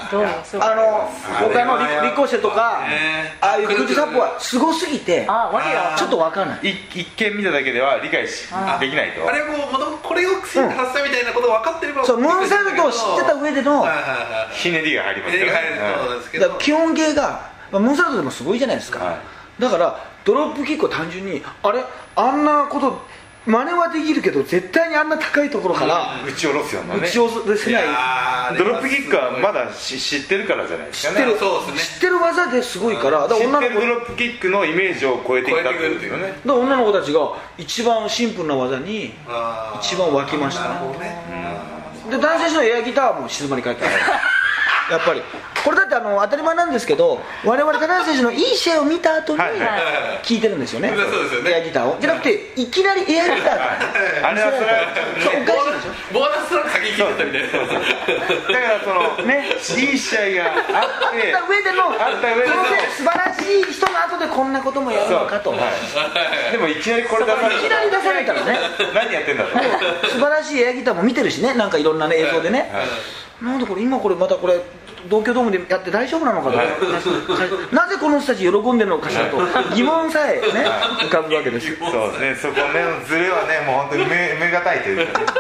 [SPEAKER 4] どうもそう
[SPEAKER 3] あの
[SPEAKER 2] あれ
[SPEAKER 3] 他の
[SPEAKER 2] はやっぱ
[SPEAKER 3] リリコシェとか
[SPEAKER 2] ね
[SPEAKER 3] ああいう空中殺法はすごすぎて
[SPEAKER 4] あわけが
[SPEAKER 3] ちょっとわかんない
[SPEAKER 1] い一見見ただけでは理解しできないと
[SPEAKER 2] ーあれはもうもともとこれを薬に発したみたいなことが分かってれば
[SPEAKER 3] そうムーンサルトを知ってた上での
[SPEAKER 2] はいはいはいはい
[SPEAKER 1] ひねりが入ります
[SPEAKER 2] 手
[SPEAKER 1] よ
[SPEAKER 2] に
[SPEAKER 1] ね
[SPEAKER 2] 入るとなんですけ
[SPEAKER 3] だ
[SPEAKER 2] ど
[SPEAKER 3] から基本形が、まあ、ムーンサルトでもすごいじゃないですか、
[SPEAKER 1] は
[SPEAKER 3] だからドロップキックを単純にあれあんなこと真似はできるけど絶対にあんな高いところから
[SPEAKER 1] うん打ち下ろすような
[SPEAKER 3] 打
[SPEAKER 1] ね
[SPEAKER 3] ち寄せない、
[SPEAKER 1] ドロップキックはま
[SPEAKER 2] だ
[SPEAKER 1] だし知ってるからじゃないです
[SPEAKER 2] 知
[SPEAKER 1] か
[SPEAKER 2] っ
[SPEAKER 1] ね
[SPEAKER 2] てるそうですね
[SPEAKER 3] 知ってる技ですごいからだか
[SPEAKER 1] 知
[SPEAKER 3] ら
[SPEAKER 1] っ
[SPEAKER 3] 女
[SPEAKER 1] てる
[SPEAKER 3] の子
[SPEAKER 1] ドロップキックのイメージを超えてきたってことですよ
[SPEAKER 2] 超え
[SPEAKER 1] ね
[SPEAKER 2] て
[SPEAKER 3] だから女の子たちが一番シンプルな技に
[SPEAKER 2] あー
[SPEAKER 3] 一番湧きましたね
[SPEAKER 2] なるほどね
[SPEAKER 3] で男性選手のエアギターはもう静まり返 ってるやっぱりこれだってあの当たり前なんですけど我々高橋選手のいい試合を見た後に
[SPEAKER 1] はいはい
[SPEAKER 3] 聞いてるんですよね,、
[SPEAKER 2] そうですよね
[SPEAKER 3] エアギターをじゃなくていきなりエアギターが
[SPEAKER 1] あれはそれは
[SPEAKER 3] そうおかしいでしょ
[SPEAKER 2] ボーナストラック先に切ってたみたいな
[SPEAKER 1] だからその
[SPEAKER 3] ね
[SPEAKER 1] いい試合があっ
[SPEAKER 3] あった
[SPEAKER 1] て
[SPEAKER 3] 上での
[SPEAKER 1] あった上での
[SPEAKER 3] このね素晴らしい人の後でこんなこともやるのかと、
[SPEAKER 1] そうはいでもいきなりこれ出され
[SPEAKER 3] いきなり出
[SPEAKER 1] た
[SPEAKER 3] されたらね
[SPEAKER 1] ら何やってんだと
[SPEAKER 3] 素晴らしいエアギターも見てるしねなんかいろんな、ね、映像でね、なんでこれ今これまたこれ東京ドームでやって大丈夫なのかと、なぜこの人たち喜んでるのかしらと疑問さえね浮かぶわけですよ
[SPEAKER 1] そうですねそこねズレはねもう本当に目目がたいというかねも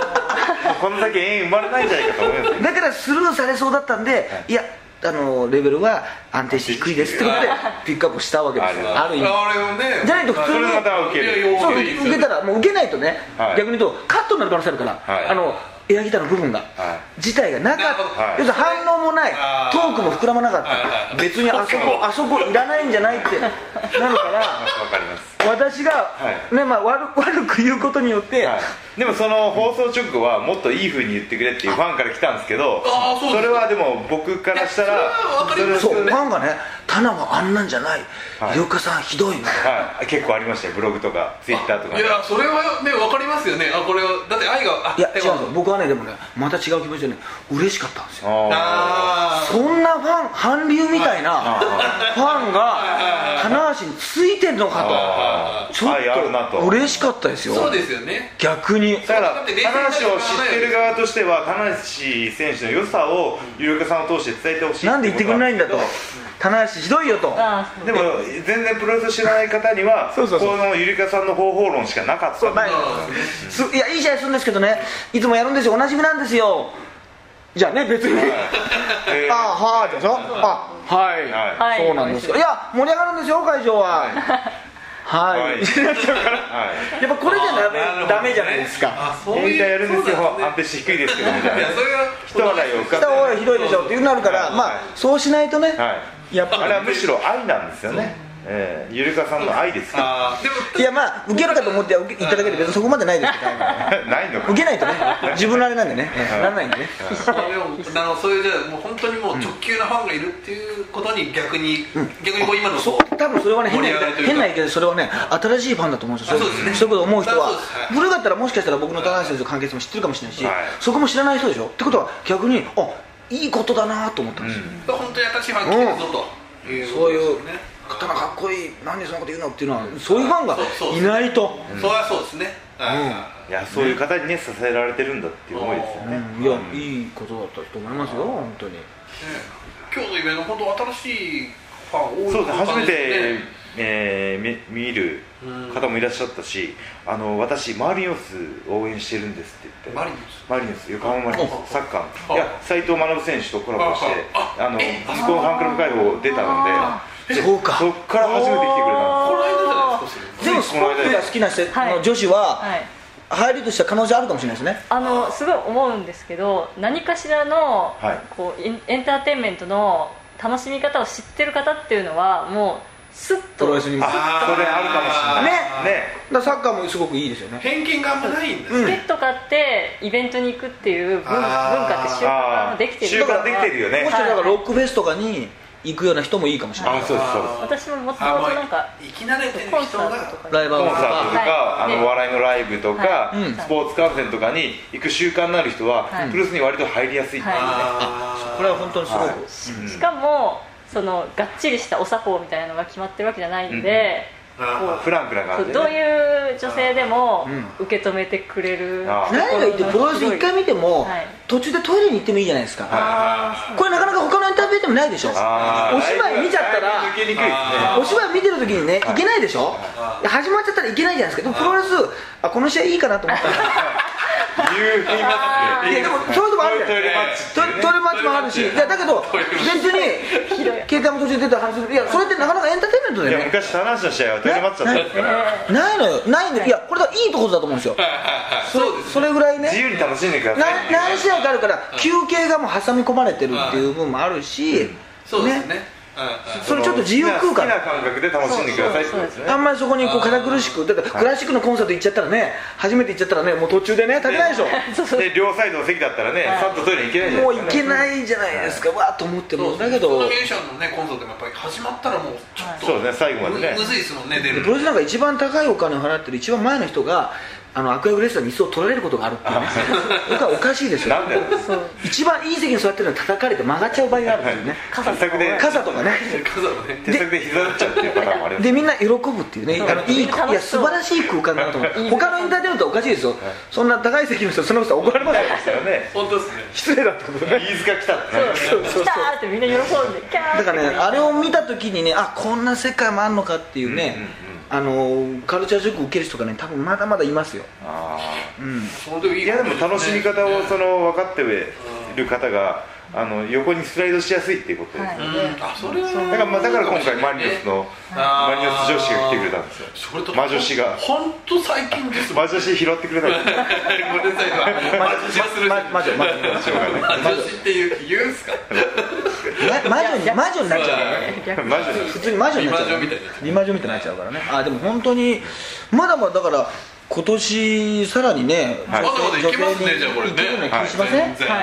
[SPEAKER 1] うこの先永遠生まれないんじゃないかと思い ますよ
[SPEAKER 3] だからスルーされそうだったんで、い、やあのレベルは安定して低いですってことでピックアップしたわけですよ
[SPEAKER 1] あ
[SPEAKER 3] ある意味
[SPEAKER 2] あれをね
[SPEAKER 3] じゃないと普通
[SPEAKER 1] そ
[SPEAKER 3] に
[SPEAKER 1] れまた受ける
[SPEAKER 2] いや
[SPEAKER 3] そう
[SPEAKER 2] いや
[SPEAKER 3] 受けたらもう受けないとね、
[SPEAKER 1] はい
[SPEAKER 3] 逆に言うとカットになる可能性あるから、
[SPEAKER 1] はい
[SPEAKER 3] あのエアギターの部分が、
[SPEAKER 1] は
[SPEAKER 3] 自体がなかっ
[SPEAKER 2] なるほ
[SPEAKER 3] た、
[SPEAKER 2] ど
[SPEAKER 1] はい
[SPEAKER 3] 要するに反応もない
[SPEAKER 2] あー
[SPEAKER 3] トークも膨らまなかった、
[SPEAKER 2] はいはい
[SPEAKER 3] 別にあそこあそこいらないんじゃないってなる から
[SPEAKER 1] わかります
[SPEAKER 3] 私が、
[SPEAKER 1] はい
[SPEAKER 3] ねまあ、悪 悪く言うことによって、
[SPEAKER 1] はいでもその放送直後はもっといい風に言ってくれっていうファンから来たんですけど
[SPEAKER 2] あーそうです
[SPEAKER 1] それはでも僕からした
[SPEAKER 2] い
[SPEAKER 1] ら
[SPEAKER 2] やそれはわかります
[SPEAKER 1] そ
[SPEAKER 3] そう
[SPEAKER 1] れ
[SPEAKER 3] ファンがね「タナはあんなんじゃない
[SPEAKER 1] はい
[SPEAKER 3] 井岡、さんひどい」みたいな
[SPEAKER 1] はい結構ありましたよブログとかツイッターとか
[SPEAKER 2] いやそれはね分かりますよねあこれはだって愛があ
[SPEAKER 3] いや
[SPEAKER 2] で
[SPEAKER 3] 違
[SPEAKER 2] も
[SPEAKER 3] うんですよ僕はねでもねまた違う気持ちでね嬉しかったんですよ
[SPEAKER 1] あ
[SPEAKER 2] あ
[SPEAKER 3] そんなファン韓流みたいなファン
[SPEAKER 2] い
[SPEAKER 3] が棚橋についてんのか
[SPEAKER 1] あー
[SPEAKER 3] とちょっ
[SPEAKER 1] 愛あるなと
[SPEAKER 3] と嬉しかったです
[SPEAKER 2] ー
[SPEAKER 3] よ
[SPEAKER 2] そうですよね
[SPEAKER 3] 逆に
[SPEAKER 1] だから
[SPEAKER 2] だっ
[SPEAKER 1] 棚
[SPEAKER 2] て冷静になる
[SPEAKER 1] 橋を知ってる側としては棚橋選手の良さを有力さんを通して伝えてほしい
[SPEAKER 3] なんで言ってくれないんだと棚橋ひどいよと
[SPEAKER 4] あー
[SPEAKER 1] でも全然プロレス知らない方には
[SPEAKER 3] そうそうそう
[SPEAKER 1] このゆりかさんの方法論しかなかった
[SPEAKER 3] そうない
[SPEAKER 2] うん
[SPEAKER 3] すいやいい試合するんですけどねいつもやるんですよおなじみなんですよじゃあね別に
[SPEAKER 1] えー
[SPEAKER 3] あはーでしょあはい、
[SPEAKER 1] は
[SPEAKER 4] はい
[SPEAKER 3] そうなんですよいや盛り上がるんですよ会場ははい、
[SPEAKER 1] はいはい
[SPEAKER 3] やっぱこれじゃダメ
[SPEAKER 2] なるほどね
[SPEAKER 3] ダメじゃないですか
[SPEAKER 2] あそう
[SPEAKER 1] エン
[SPEAKER 2] い
[SPEAKER 1] タ
[SPEAKER 2] う
[SPEAKER 1] やるんです
[SPEAKER 2] そう
[SPEAKER 1] よ
[SPEAKER 2] なん
[SPEAKER 1] 安定して低いですけどみ
[SPEAKER 2] ね
[SPEAKER 1] た
[SPEAKER 2] い
[SPEAKER 1] い
[SPEAKER 2] や
[SPEAKER 1] な
[SPEAKER 2] それが
[SPEAKER 1] 人笑いを浮か
[SPEAKER 3] 下方がひどいでしょっていうのになるか
[SPEAKER 1] は
[SPEAKER 3] ら
[SPEAKER 1] い
[SPEAKER 3] まあそうしないとね
[SPEAKER 1] はい
[SPEAKER 3] やっぱ
[SPEAKER 1] あれはむしろ愛なんですよねえーゆるかさんの愛です
[SPEAKER 2] あーでも
[SPEAKER 3] いやまあ受けるかと思って受け行っただけで別にそこまでないですけど
[SPEAKER 1] ないのか
[SPEAKER 3] 受けないとね自分のあれなんでねうんならないんでね
[SPEAKER 2] でもあのそういうじゃあもう本当にもう直球なファンがいるっていうことに逆に、逆にこう今の
[SPEAKER 3] そ
[SPEAKER 2] そう
[SPEAKER 3] 多分それはね変な言い
[SPEAKER 2] 盛り上がりと
[SPEAKER 3] 方
[SPEAKER 2] いうか
[SPEAKER 3] 変な言い方でそれはね新しいファンだと思うんですよ
[SPEAKER 2] あそうですね
[SPEAKER 3] そういうこと思う人
[SPEAKER 2] あ
[SPEAKER 3] は
[SPEAKER 2] そうですはい
[SPEAKER 3] 古かったらもしかしたら僕の高橋先生の関係性も知ってるかもしれないし
[SPEAKER 1] はい
[SPEAKER 3] そこも知らない人でしょってことは逆にあいいことだなと思ったんですよ
[SPEAKER 2] 本当に新しいファン来てるぞという
[SPEAKER 3] そういう
[SPEAKER 2] ことですよね
[SPEAKER 3] 刀かっこいい何でそんなこと言うのっていうのはそういうファンが
[SPEAKER 2] そうそう
[SPEAKER 3] いないと
[SPEAKER 2] それはそうですね、はい
[SPEAKER 1] いやそういう方にね支えられてるんだっていう思いですよね
[SPEAKER 3] うんいやいいことだったと思いますよ本当に
[SPEAKER 2] 今日のイベント本当新しいファン多い
[SPEAKER 1] そうですね初めて
[SPEAKER 2] ね、
[SPEAKER 1] えーみ見る方もいらっしゃったし、あの私、マリノス応援してるんですって言って、
[SPEAKER 2] マリノス
[SPEAKER 1] マリノス横浜マリノ
[SPEAKER 2] お
[SPEAKER 1] ス、サッカー
[SPEAKER 2] あ
[SPEAKER 1] の、いや斎藤学選手とコラボして
[SPEAKER 2] あ、
[SPEAKER 1] あの
[SPEAKER 2] え
[SPEAKER 1] そこのファンクラブ会合出た
[SPEAKER 4] あ
[SPEAKER 1] ので、
[SPEAKER 3] そうか
[SPEAKER 1] そっから初めて来てくれたん
[SPEAKER 2] この
[SPEAKER 1] で
[SPEAKER 2] 間じゃないですか
[SPEAKER 1] い
[SPEAKER 3] でもスポーツが好きな人
[SPEAKER 4] はい
[SPEAKER 3] の女子は
[SPEAKER 4] はい
[SPEAKER 3] 入るとした可能性あるかもしれないですね
[SPEAKER 4] あのすごい思うんですけど何かしらの、
[SPEAKER 1] はい
[SPEAKER 4] こうエンエンターテインメントの楽しみ方を知ってる方っていうのはもうスッ
[SPEAKER 3] プロ
[SPEAKER 4] と
[SPEAKER 3] レスに
[SPEAKER 1] すよ、
[SPEAKER 3] も
[SPEAKER 1] あそれあるかもしれない、
[SPEAKER 2] ね
[SPEAKER 1] ね、
[SPEAKER 3] だからサッカーもすごくいいですよね
[SPEAKER 2] 偏見があんまないんだ、
[SPEAKER 3] うん
[SPEAKER 4] ペット買ってイベントに行くっていう文文化って習慣ができてる
[SPEAKER 1] 習慣できてるよね
[SPEAKER 3] もし、だからロックフェスとかに行くような人もいいかもしれな
[SPEAKER 1] あ
[SPEAKER 3] い
[SPEAKER 1] そうです、そうです。
[SPEAKER 4] 私ももと
[SPEAKER 2] あ
[SPEAKER 4] も
[SPEAKER 2] もう
[SPEAKER 4] となんか
[SPEAKER 2] 生き慣れてる
[SPEAKER 4] コン
[SPEAKER 2] 人
[SPEAKER 4] サート
[SPEAKER 2] が
[SPEAKER 4] とかに
[SPEAKER 3] ライバー
[SPEAKER 1] コン
[SPEAKER 3] を
[SPEAKER 1] サートとか、
[SPEAKER 4] はい
[SPEAKER 1] あ
[SPEAKER 4] ね
[SPEAKER 1] の笑いのライブとか、
[SPEAKER 4] はい
[SPEAKER 3] うん
[SPEAKER 1] スポーツ観戦とかに行く習慣のある人は、
[SPEAKER 4] はい
[SPEAKER 1] プロレスに割と入りやすいっていうね、
[SPEAKER 2] あー
[SPEAKER 3] これは本当にすごく、
[SPEAKER 1] はいうん
[SPEAKER 4] しかもそのがっちりしたお作法みたいなのが決まってるわけじゃないんで、
[SPEAKER 2] あ
[SPEAKER 1] フランクな
[SPEAKER 4] そ
[SPEAKER 1] 感
[SPEAKER 4] う
[SPEAKER 1] じで、
[SPEAKER 4] どう
[SPEAKER 1] ね、
[SPEAKER 4] いう女性でも
[SPEAKER 3] う
[SPEAKER 4] 受け止めてくれる
[SPEAKER 1] あー
[SPEAKER 3] 何がいいってプロレス一回見ても、
[SPEAKER 4] はい
[SPEAKER 3] 途中でトイレに行ってもいいじゃないですか、
[SPEAKER 4] あー
[SPEAKER 3] これなかなか他のエンターテインメントもないでしょ
[SPEAKER 1] あー
[SPEAKER 3] お芝居見ちゃったら
[SPEAKER 1] だいぶ抜けにくいですね
[SPEAKER 2] あ
[SPEAKER 3] お芝居見てる時にね、い、けないでしょ、
[SPEAKER 2] はい
[SPEAKER 3] 始まっちゃったらいけないじゃないですかでもプロレスあこの試合いいかなと思ったら
[SPEAKER 1] いう言い方
[SPEAKER 3] いやでもそういうとこあるじゃ
[SPEAKER 1] ト
[SPEAKER 3] な
[SPEAKER 1] イ
[SPEAKER 3] い
[SPEAKER 1] レマッチって
[SPEAKER 3] ト
[SPEAKER 1] いうね
[SPEAKER 3] イレトイレマッチもあるし
[SPEAKER 2] トイレマッチ
[SPEAKER 3] いやだけど
[SPEAKER 2] トイレマッ
[SPEAKER 3] 別に
[SPEAKER 4] ひどい
[SPEAKER 3] 携帯も途中で出た話するいやそれってなかなかエンターテインメントだ
[SPEAKER 1] い
[SPEAKER 3] よ
[SPEAKER 1] や
[SPEAKER 3] ね
[SPEAKER 1] 昔、田中の試合はトイレマッチだったんですから、
[SPEAKER 3] ないのよないのよいやこれだいいところだと思うんですよそれそれぐらいね
[SPEAKER 1] 自由に楽しんでください
[SPEAKER 3] な
[SPEAKER 1] ね、
[SPEAKER 3] 何試合かあるから休憩がもう挟み込まれてるっていう部分もあるし、
[SPEAKER 2] そうですねうんうん
[SPEAKER 3] それちょっと自由空
[SPEAKER 1] 好きな
[SPEAKER 3] 間
[SPEAKER 1] 感覚で楽しんでくださいってことですね
[SPEAKER 3] あんまりそこにこう堅苦しくだってクラシックのコンサート行っちゃったらね初めて行っちゃったらねもう途中でね立てないでしょ
[SPEAKER 4] そうそう
[SPEAKER 1] で両サイドの席だったらね、さっとトイレ行けないじゃ
[SPEAKER 3] も
[SPEAKER 1] な
[SPEAKER 3] う
[SPEAKER 1] い
[SPEAKER 3] 行
[SPEAKER 1] ですか、ね、
[SPEAKER 3] けないじゃないですかわーっと思って
[SPEAKER 2] そ
[SPEAKER 3] も
[SPEAKER 2] う
[SPEAKER 3] だけ
[SPEAKER 2] そ
[SPEAKER 3] ど
[SPEAKER 2] のミュージシャンのねコンサートでもやっぱり始まったらもうちょっと
[SPEAKER 1] そうですね最後までね
[SPEAKER 2] むむずいですもんね出
[SPEAKER 3] プ
[SPEAKER 2] る
[SPEAKER 3] ロレスなんか一番高いお金を払ってる一番前の人があの悪役レスラーに椅子を取られることがあるっていうね僕はおかしいですよ
[SPEAKER 1] なんだよ、
[SPEAKER 4] そう
[SPEAKER 3] 一番いい席に座ってるのに叩かれて曲がっちゃう場合があるんですよね
[SPEAKER 1] 手作で
[SPEAKER 3] 傘とかね
[SPEAKER 2] カザもね
[SPEAKER 1] 手作で膝打っちゃうっていうパターンもあります
[SPEAKER 3] でみんな喜ぶっていうね、
[SPEAKER 4] そう
[SPEAKER 3] あのいいい
[SPEAKER 4] 楽しそう
[SPEAKER 3] や素晴らしい空間だなと思って、他のエンターテインメントはおかしいですよ、そんな高い席の人、その人は怒られますよ、
[SPEAKER 1] よね、
[SPEAKER 2] 本当ですね
[SPEAKER 3] 失礼だってことね、
[SPEAKER 1] 飯塚来たってね、
[SPEAKER 4] そう
[SPEAKER 3] そうそう
[SPEAKER 4] 来たーってみんな喜んでキャー
[SPEAKER 3] だ
[SPEAKER 4] って
[SPEAKER 3] からね、あれを見たときにね、あこんな世界もあんのかっていうね、あのカルチャーショック受ける人がね、多分まだまだいますよ、
[SPEAKER 1] あー
[SPEAKER 3] うん、
[SPEAKER 2] 本当にい
[SPEAKER 1] いやでも楽しみ方をそ
[SPEAKER 2] の
[SPEAKER 1] の分かってる方があの横にスライドしやすいっていうことです、
[SPEAKER 4] はい
[SPEAKER 2] あそれは
[SPEAKER 1] だからまあだから今回マリノスの
[SPEAKER 2] あー
[SPEAKER 1] マリノス女子が来てくれたんですよ
[SPEAKER 2] それと
[SPEAKER 1] 魔女子が
[SPEAKER 2] 本当最近です
[SPEAKER 1] マ
[SPEAKER 2] もん
[SPEAKER 1] ジ女子拾ってくれたんですよ
[SPEAKER 2] ごめんなさいわ魔女子する
[SPEAKER 3] ま魔女、魔女、
[SPEAKER 1] しょうがない
[SPEAKER 2] 魔女子っていう言うんすか
[SPEAKER 3] ま魔女に魔女になっちゃうからね、
[SPEAKER 4] 逆に
[SPEAKER 1] マジ
[SPEAKER 3] 普通に魔女になっちゃうから
[SPEAKER 2] 美魔女みたいになっちゃ
[SPEAKER 3] 美魔女みたいになっちゃうからね、あでも本当に、まだまだだから、今年さらにね、
[SPEAKER 1] はい
[SPEAKER 2] まだまだいけますねじゃあこれね
[SPEAKER 3] いけるような気がしません、
[SPEAKER 2] 全然
[SPEAKER 4] はい、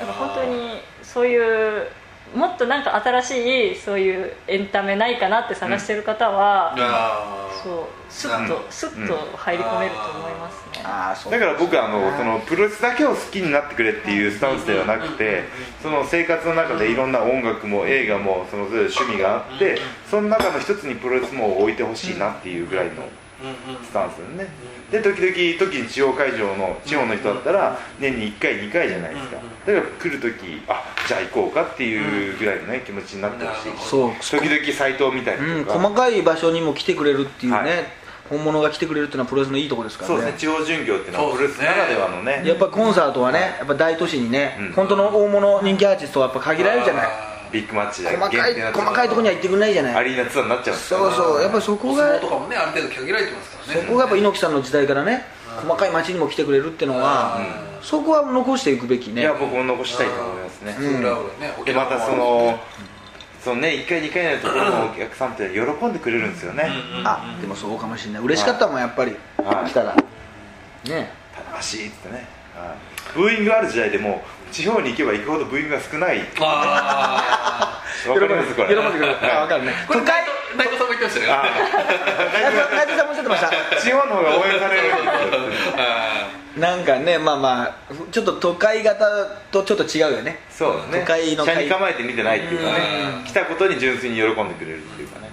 [SPEAKER 4] だから本当にそういうもっとなんか新しいそういうエンタメないかなって探してる方は、
[SPEAKER 2] あー
[SPEAKER 4] そうスッと、
[SPEAKER 1] うん
[SPEAKER 4] スッと入り込めると思いますね、
[SPEAKER 3] ああそう
[SPEAKER 1] だから僕はあのそのプロレスだけを好きになってくれっていうスタンスではなくてその生活の中でいろんな音楽も映画もその趣味があってその中の一つにプロレスも置いてほしいなっていうぐらいの
[SPEAKER 2] うんうん
[SPEAKER 1] スタンスねで時々時に地方会場の地方の人だったら年に1回2回じゃないですかだから来る時あじゃあ行こうかっていうぐらいのね気持ちになってほしいし
[SPEAKER 3] そう
[SPEAKER 1] 時々サイトを見たり
[SPEAKER 3] うん、
[SPEAKER 1] とか、
[SPEAKER 3] 細かい場所にも来てくれるっていうね、
[SPEAKER 1] はい
[SPEAKER 3] 本物が来てくれるっていうのはプロレスのいいとこですから
[SPEAKER 1] そうで
[SPEAKER 3] ね
[SPEAKER 1] すね地方巡業っていうのはプロレスならではのね
[SPEAKER 3] やっぱコンサートはね、やっぱ大都市にね、本当の大物人気アーティストはやっぱ限られるじゃない
[SPEAKER 2] あ
[SPEAKER 1] ビッグマッチで
[SPEAKER 3] 細かい
[SPEAKER 1] なっちゃう
[SPEAKER 3] 細かいところには行ってくれないじゃ
[SPEAKER 1] ア
[SPEAKER 3] ない
[SPEAKER 1] リーナツアーになっちゃうんですよ
[SPEAKER 3] そうそうやっぱそ
[SPEAKER 2] ー
[SPEAKER 3] こ
[SPEAKER 2] お相
[SPEAKER 3] が
[SPEAKER 2] 撲とかもねある程度限られてますから
[SPEAKER 3] そ
[SPEAKER 2] ね
[SPEAKER 3] こがやっぱ猪木さんの時代からね細かい町にも来てくれるっていうのは、そこは残していくべき
[SPEAKER 1] い
[SPEAKER 3] ね
[SPEAKER 1] や僕も残したいと思いますね
[SPEAKER 2] それは俺ね
[SPEAKER 1] で
[SPEAKER 2] 沖
[SPEAKER 1] ま
[SPEAKER 2] 縄も
[SPEAKER 1] たそのそのね1回2回のところのお客さんって喜んでくれるんですよね、
[SPEAKER 2] うんうん
[SPEAKER 3] あでもそうかもしれない嬉しかったもんやっぱり
[SPEAKER 1] はい
[SPEAKER 3] 来たらね
[SPEAKER 1] 楽しいっつってね、はいブーイングある時代でも地方に行けば行くほどブーイングが少ない
[SPEAKER 2] あ
[SPEAKER 1] わかりますこれ
[SPEAKER 3] 喜んでくれるあ分かるね
[SPEAKER 2] ーこ
[SPEAKER 3] 都
[SPEAKER 2] れ
[SPEAKER 3] 会
[SPEAKER 2] 内藤内藤さんも言ってましたね
[SPEAKER 1] あ
[SPEAKER 3] 内藤内藤さんもおっしゃってました
[SPEAKER 1] ー地方の方が応援される
[SPEAKER 2] あ
[SPEAKER 3] なんかねまあまあちょっと都会型とちょっと違うよね
[SPEAKER 1] そうですね
[SPEAKER 3] 都会の
[SPEAKER 1] 車に構えて見てないっていうかね
[SPEAKER 2] うん
[SPEAKER 1] 来たことに純粋に喜んでくれるっていうかね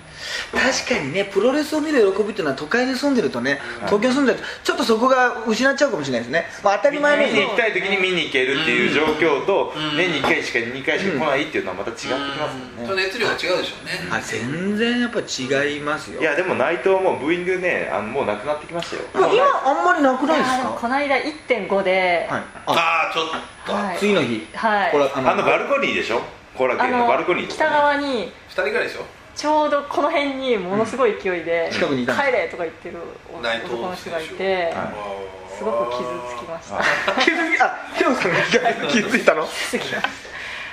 [SPEAKER 3] 確かにねプロレスを見る喜びっていうのは都会に住んでるとね東京に住んでるとちょっとそこが失っちゃうかもしれないですね、まあ、当たり
[SPEAKER 1] 見
[SPEAKER 3] 前の
[SPEAKER 1] に行きたい時に見に行けるっていう状況と
[SPEAKER 2] うん
[SPEAKER 1] 年に1回しか2回しか来ないっていうのはまた違ってき
[SPEAKER 2] ー
[SPEAKER 1] ますもん
[SPEAKER 2] うん
[SPEAKER 1] ね
[SPEAKER 2] その熱量が違うでしょうね
[SPEAKER 3] あ全然やっぱ違いますよ
[SPEAKER 1] いやでも内藤もブーイングねあのもうなくなってきましたよ
[SPEAKER 3] 今あんまりなくないです
[SPEAKER 4] あでもこ
[SPEAKER 3] か
[SPEAKER 4] の間1.5で、
[SPEAKER 3] はいあ
[SPEAKER 2] ああちょっと
[SPEAKER 4] はい
[SPEAKER 3] 次の日
[SPEAKER 4] はい
[SPEAKER 3] これあ
[SPEAKER 1] あの
[SPEAKER 3] の
[SPEAKER 1] バルコニーでしょ後楽園のバルコニーと
[SPEAKER 4] 北
[SPEAKER 1] かね
[SPEAKER 4] 側に
[SPEAKER 2] 2人ぐらいでしょ
[SPEAKER 4] ちょうどこの辺にものすごい勢いで
[SPEAKER 3] ん近くにいた
[SPEAKER 4] 帰れ!」とか言ってる
[SPEAKER 2] 内藤
[SPEAKER 4] 男の人がいて
[SPEAKER 1] はい
[SPEAKER 4] すごく傷つきました
[SPEAKER 1] はい
[SPEAKER 3] 気づきあヒロさんが気づいたの
[SPEAKER 4] 傷つきまし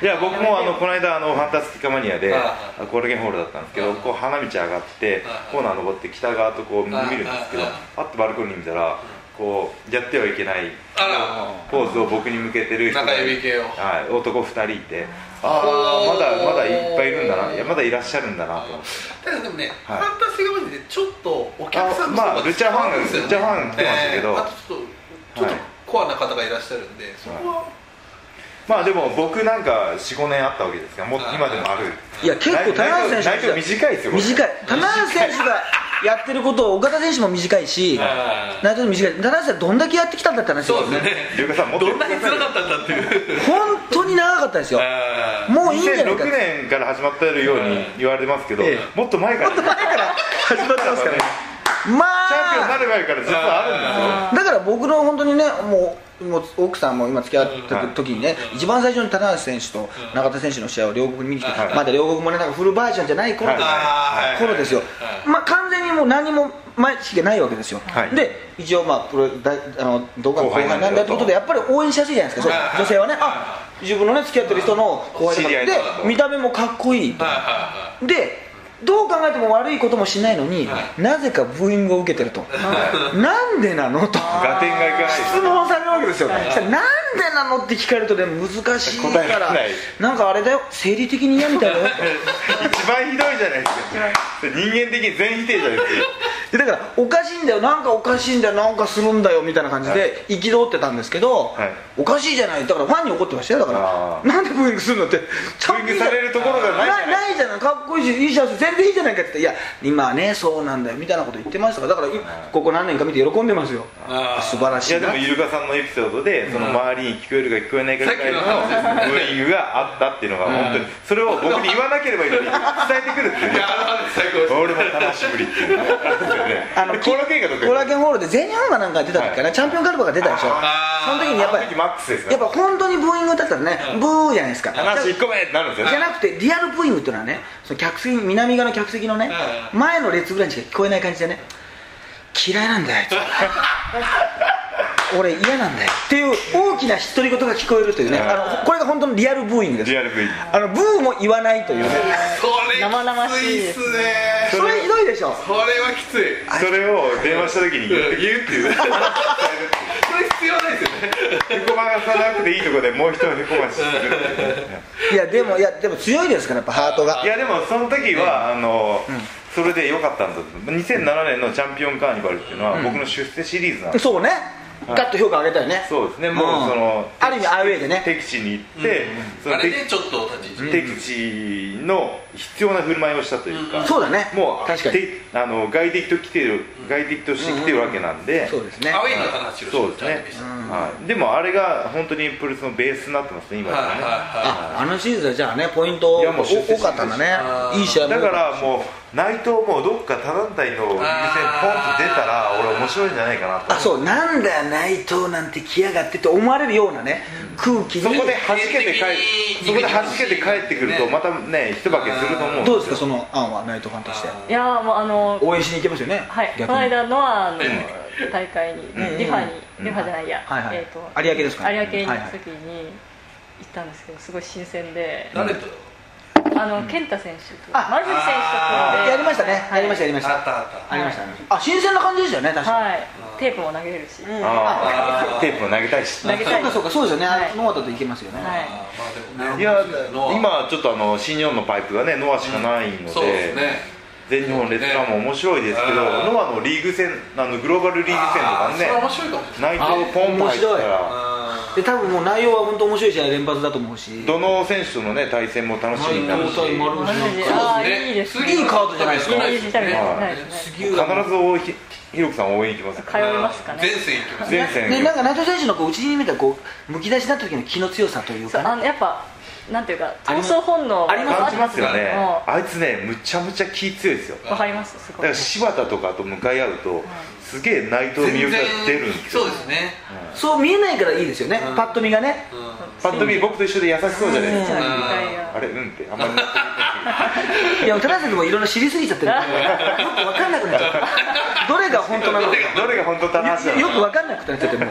[SPEAKER 1] いや僕もあのこの間あのファンタスティカマニアで
[SPEAKER 2] あ
[SPEAKER 1] 後楽園ホールだったんですけ
[SPEAKER 2] あ
[SPEAKER 1] どこう花道上がって
[SPEAKER 2] あ
[SPEAKER 1] コーナー登って北側とこう見るんですけど
[SPEAKER 2] あ
[SPEAKER 1] パッとバルコニー見たらこうやってはいけない
[SPEAKER 2] たあら
[SPEAKER 1] ポーズを僕に向けてる人が
[SPEAKER 2] 中指系を
[SPEAKER 1] はい、男2人いてああまだまだいっぱいいるんだないやまだいらっしゃるんだなと思って
[SPEAKER 2] ただでもね、
[SPEAKER 1] はい
[SPEAKER 2] ファンタジー側にねちょっとお客さんの
[SPEAKER 1] あまあルチャーファンがルチャーファン来てましたけど
[SPEAKER 2] あとちょっとちょっと
[SPEAKER 1] はい
[SPEAKER 2] コアな方がいらっしゃるんでそこは、
[SPEAKER 1] まあでも僕なんか45年あったわけですからもっと
[SPEAKER 2] あー
[SPEAKER 1] 今でもある
[SPEAKER 3] いや結構棚橋選手
[SPEAKER 1] 内藤短いですよこれ
[SPEAKER 3] 短い棚橋選手がやってることを岡田選手も短いし
[SPEAKER 2] あ
[SPEAKER 3] 内藤も短い棚橋さんどんだけやってきたんだって話ですよ
[SPEAKER 2] そうですね
[SPEAKER 1] 龍華さんもっと
[SPEAKER 2] どんなに辛かったんだっていう
[SPEAKER 3] 本当に長かったんですよ
[SPEAKER 2] あー
[SPEAKER 3] もういいんじゃないか
[SPEAKER 1] 2006年から始まってるように言われてますけど、
[SPEAKER 3] え
[SPEAKER 1] もっと前から、チャンピ
[SPEAKER 3] 始まってますからねま
[SPEAKER 1] オンにな
[SPEAKER 3] あ
[SPEAKER 1] る前から実はあ
[SPEAKER 4] た
[SPEAKER 3] だから僕の本当にねもうもう奥さんも今付き合って
[SPEAKER 1] はい
[SPEAKER 3] る時にね、一番最初に棚橋選手と中田選手の試合を両国に見に来て、
[SPEAKER 1] はい
[SPEAKER 3] まだ両国もねなんかフルバージョンじゃない頃です、
[SPEAKER 2] あー
[SPEAKER 3] 頃ですよ、まあ、完全にもう何も前知識がないわけですよ、
[SPEAKER 1] はい
[SPEAKER 3] で一応、まあ、プロだあの動画の後輩なんだよってこと
[SPEAKER 1] 後輩なんだよと
[SPEAKER 3] で、やっぱり応援しやすいじゃないですか、そう女性はね、あ自分のね付き合ってる人の後輩
[SPEAKER 1] 知り合い
[SPEAKER 3] で
[SPEAKER 1] とかだと
[SPEAKER 3] 見た目もかっこい い、
[SPEAKER 2] はいはいはい
[SPEAKER 3] でどう考えても悪いこともしないのに、
[SPEAKER 2] はい
[SPEAKER 3] なぜかブーイングを受けてると、なんでなの
[SPEAKER 1] る
[SPEAKER 3] と
[SPEAKER 1] んですよ、合点がいかないです
[SPEAKER 3] 質問されるわけですよ、そしたらなんでなのって聞かれるとね、難しいか
[SPEAKER 1] 答えられ
[SPEAKER 3] ら
[SPEAKER 1] ない、
[SPEAKER 3] なんかあれだよ、生理的に嫌みたいだ よ
[SPEAKER 1] 一番ひどいじゃないですか、人間的に全否定じゃないですか、
[SPEAKER 3] でだから、おかしいんだよ、なんかおかしいんだよ、なんかするんだよみたいな感じ
[SPEAKER 1] はい
[SPEAKER 3] で、憤ってたんですけど、
[SPEAKER 1] はい
[SPEAKER 3] おかしいじゃない、だからファンに怒ってましたよ、だか
[SPEAKER 1] あ
[SPEAKER 3] ら、なんでブーイングするのって、ちゃんと
[SPEAKER 1] ブーイングされるところがないじゃない
[SPEAKER 3] ないじゃない、かっこいいし、いいじゃん、全然いいじゃないかって言って、いや、今はね、そうなんだよみたいなこと言ってましたから、だから、いここ何年か見て喜んでますよ、
[SPEAKER 2] あー
[SPEAKER 3] 素晴らし
[SPEAKER 1] い
[SPEAKER 3] い
[SPEAKER 1] や
[SPEAKER 3] な
[SPEAKER 1] でも、ゆるかさんのエピソードで、その周りに聞こえるか聞こえないかぐらいの
[SPEAKER 2] さっきの話
[SPEAKER 1] ブーイングがあったっていうのが、本当に、それを僕に言わなければいいのに、伝えてくるっていう
[SPEAKER 2] い
[SPEAKER 1] ね
[SPEAKER 2] や、あの最高です
[SPEAKER 1] 俺も楽しぶりっていうね、あ
[SPEAKER 3] あ
[SPEAKER 1] の
[SPEAKER 3] の
[SPEAKER 1] 後楽園かどっか
[SPEAKER 3] 後楽園ホールで全日本がなんか出た時かな、チャンピオンカルパが出たでしょ
[SPEAKER 2] あー
[SPEAKER 3] その時にやっぱり
[SPEAKER 1] あの時マックスですね
[SPEAKER 3] やっぱ本当にブーイングだったらね、ブーじゃないですか
[SPEAKER 1] 話
[SPEAKER 3] じ
[SPEAKER 1] 1個目ってなるんですよ
[SPEAKER 3] ゃ
[SPEAKER 1] ね
[SPEAKER 3] じゃなくてリアルブーイングっていうのはねその客席南側の客席のね、
[SPEAKER 2] う
[SPEAKER 3] 前の列ぐらいにしか聞こえない感じでね嫌いなんだよ あいつ俺嫌なんだよっていう大きな独り言が聞こえるというね、
[SPEAKER 1] うん
[SPEAKER 3] あのこれが本当のリアルブーイングです
[SPEAKER 1] リアルブーイング
[SPEAKER 3] あのブーも言わないというね
[SPEAKER 2] それ
[SPEAKER 4] 生々し
[SPEAKER 2] き
[SPEAKER 4] いで
[SPEAKER 2] つ
[SPEAKER 4] す
[SPEAKER 2] いっすね
[SPEAKER 3] それひどいでしょ
[SPEAKER 2] それはきつい
[SPEAKER 1] それを電話した時に言うっていう
[SPEAKER 2] それ必要ないですよね
[SPEAKER 1] へこまさなくていいとこでもう一へこましするっていうね
[SPEAKER 3] いやでもいやでも強いですからやっぱハートが
[SPEAKER 1] いやでもその時は、あのそれで良かったんだと2007年のチャンピオンカーニバルっていうのは、僕の出世シリーズなんです、
[SPEAKER 3] そうね、ガッと評価上げたよね
[SPEAKER 1] そうですねもうその
[SPEAKER 3] ある意味アウェーでね
[SPEAKER 1] 敵地に行って、そ
[SPEAKER 2] あ
[SPEAKER 1] の
[SPEAKER 2] れ
[SPEAKER 1] 敵
[SPEAKER 2] でちょっと立ち位置
[SPEAKER 1] 敵地の必要な振る舞いをしたというか、
[SPEAKER 3] そうだね
[SPEAKER 1] もう
[SPEAKER 3] 確かに
[SPEAKER 1] てあの外敵と来てる外敵として来てるわけなんで、
[SPEAKER 3] そうですね
[SPEAKER 2] アウェイの棚橋
[SPEAKER 1] そ
[SPEAKER 2] 宏
[SPEAKER 1] うですね
[SPEAKER 2] でした、
[SPEAKER 1] はい、でもあれが本当にプルスのベースになってますね今で
[SPEAKER 2] はい
[SPEAKER 1] は
[SPEAKER 2] はい
[SPEAKER 1] ね、
[SPEAKER 2] は
[SPEAKER 3] ああのシリーズはじゃあねポイント
[SPEAKER 1] い
[SPEAKER 3] 多
[SPEAKER 1] やもう出世シリーズ
[SPEAKER 3] かったんだ
[SPEAKER 2] あー
[SPEAKER 3] ねいい試合も
[SPEAKER 1] だからもう内藤もどっか他団体のリーグ戦ポンと出たら俺面白いんじゃないかなと
[SPEAKER 3] あそうなんだよ内藤なんて来やがってって思われるようなね空気に
[SPEAKER 1] そこで弾けて帰
[SPEAKER 2] うん
[SPEAKER 1] そこで弾けて帰ってくると
[SPEAKER 2] ね
[SPEAKER 1] またね一化けすると思うん
[SPEAKER 3] どうですか
[SPEAKER 1] よ
[SPEAKER 3] その案は内藤ファンとして
[SPEAKER 2] あ
[SPEAKER 4] いやーもうあの
[SPEAKER 3] 応援しに行けますよね
[SPEAKER 4] はいこ
[SPEAKER 3] 逆
[SPEAKER 4] の
[SPEAKER 3] に
[SPEAKER 4] 間ノアの大会に
[SPEAKER 3] ん
[SPEAKER 4] リファにリファじゃないや
[SPEAKER 3] はいはい
[SPEAKER 4] えーと
[SPEAKER 3] 有明ですか
[SPEAKER 4] 有明に
[SPEAKER 3] はい
[SPEAKER 4] 行
[SPEAKER 3] は
[SPEAKER 4] った
[SPEAKER 3] い
[SPEAKER 4] 時に行ったんですけどすごい新鮮で
[SPEAKER 2] い誰と
[SPEAKER 4] ああの健太選手と
[SPEAKER 3] あ
[SPEAKER 4] 丸藤選手と組ん
[SPEAKER 2] あ
[SPEAKER 4] で
[SPEAKER 3] やりましたね
[SPEAKER 4] はい
[SPEAKER 3] やりましたやりました
[SPEAKER 2] あったあった
[SPEAKER 3] ありましたねあ新鮮な感じでしたよね確かに
[SPEAKER 4] はいテープも投げれるし、
[SPEAKER 3] う
[SPEAKER 1] あ
[SPEAKER 3] ん
[SPEAKER 2] あ
[SPEAKER 1] ー
[SPEAKER 2] ー
[SPEAKER 1] テープを投げたいし
[SPEAKER 4] 投げたい
[SPEAKER 3] そうかそうかそうですよね、
[SPEAKER 4] はい
[SPEAKER 3] ノアだといけますよね、
[SPEAKER 4] はい
[SPEAKER 2] あーまあでもね
[SPEAKER 1] いや
[SPEAKER 2] ノア
[SPEAKER 1] 今ちょっとあの新日本のパイプがねノアしかないの
[SPEAKER 2] そうで
[SPEAKER 1] です
[SPEAKER 2] ね
[SPEAKER 1] 全日本レスラーも面白いですけど
[SPEAKER 2] ねうん
[SPEAKER 1] ノアのリーグ戦あのグローバルリーグ戦と
[SPEAKER 2] あ
[SPEAKER 1] か
[SPEAKER 2] ーそ
[SPEAKER 1] ね
[SPEAKER 2] れは面白いかもしれない
[SPEAKER 1] 内藤ポンポン入ったら
[SPEAKER 2] あ
[SPEAKER 3] で多分もう内容は本当面白い試合連発だと思うし
[SPEAKER 1] どの選手とのね対戦も楽しみになるし
[SPEAKER 3] 内藤対丸
[SPEAKER 1] 必
[SPEAKER 3] 藤
[SPEAKER 4] 丸藤
[SPEAKER 3] そう
[SPEAKER 4] ああ
[SPEAKER 2] ですね
[SPEAKER 4] いいですね
[SPEAKER 2] 次
[SPEAKER 3] いいカードじゃないですか
[SPEAKER 4] いいですね
[SPEAKER 1] はい
[SPEAKER 4] ですね
[SPEAKER 3] 杉浦も
[SPEAKER 1] ず応援ひひろきさん応援行きます
[SPEAKER 4] 通いますかね
[SPEAKER 2] 前線行きます
[SPEAKER 1] 前線
[SPEAKER 3] でなんか内藤選手のこう内に見たこうむき出しになった時の気の強さという
[SPEAKER 4] そう
[SPEAKER 3] か
[SPEAKER 4] あのやっぱなんていうか闘争本能
[SPEAKER 3] あります
[SPEAKER 1] 感じますよね
[SPEAKER 4] も
[SPEAKER 1] あいつねむちゃむちゃ気強いですよ
[SPEAKER 4] うわかりますす
[SPEAKER 1] だ
[SPEAKER 4] ご
[SPEAKER 1] か
[SPEAKER 4] い
[SPEAKER 1] ら柴田とかと向かい合うとすげえ内藤美
[SPEAKER 2] 全
[SPEAKER 1] 優が
[SPEAKER 2] 然
[SPEAKER 1] 出るんですよ
[SPEAKER 2] そうですね
[SPEAKER 3] そう見えないからいいですよね、
[SPEAKER 2] うん
[SPEAKER 3] パッと見がね
[SPEAKER 2] うん
[SPEAKER 1] パッと見僕と一緒で優しそうじゃないです
[SPEAKER 4] じゃ
[SPEAKER 1] か
[SPEAKER 4] あ二階が
[SPEAKER 1] あれうんってあんまり乗って
[SPEAKER 3] いや寺瀬もいろいろ知りすぎちゃってるからよく分かんなくなっちゃったどれが本当なのか
[SPEAKER 1] どれが本当だなって
[SPEAKER 3] よく分かんなくなっちゃってもう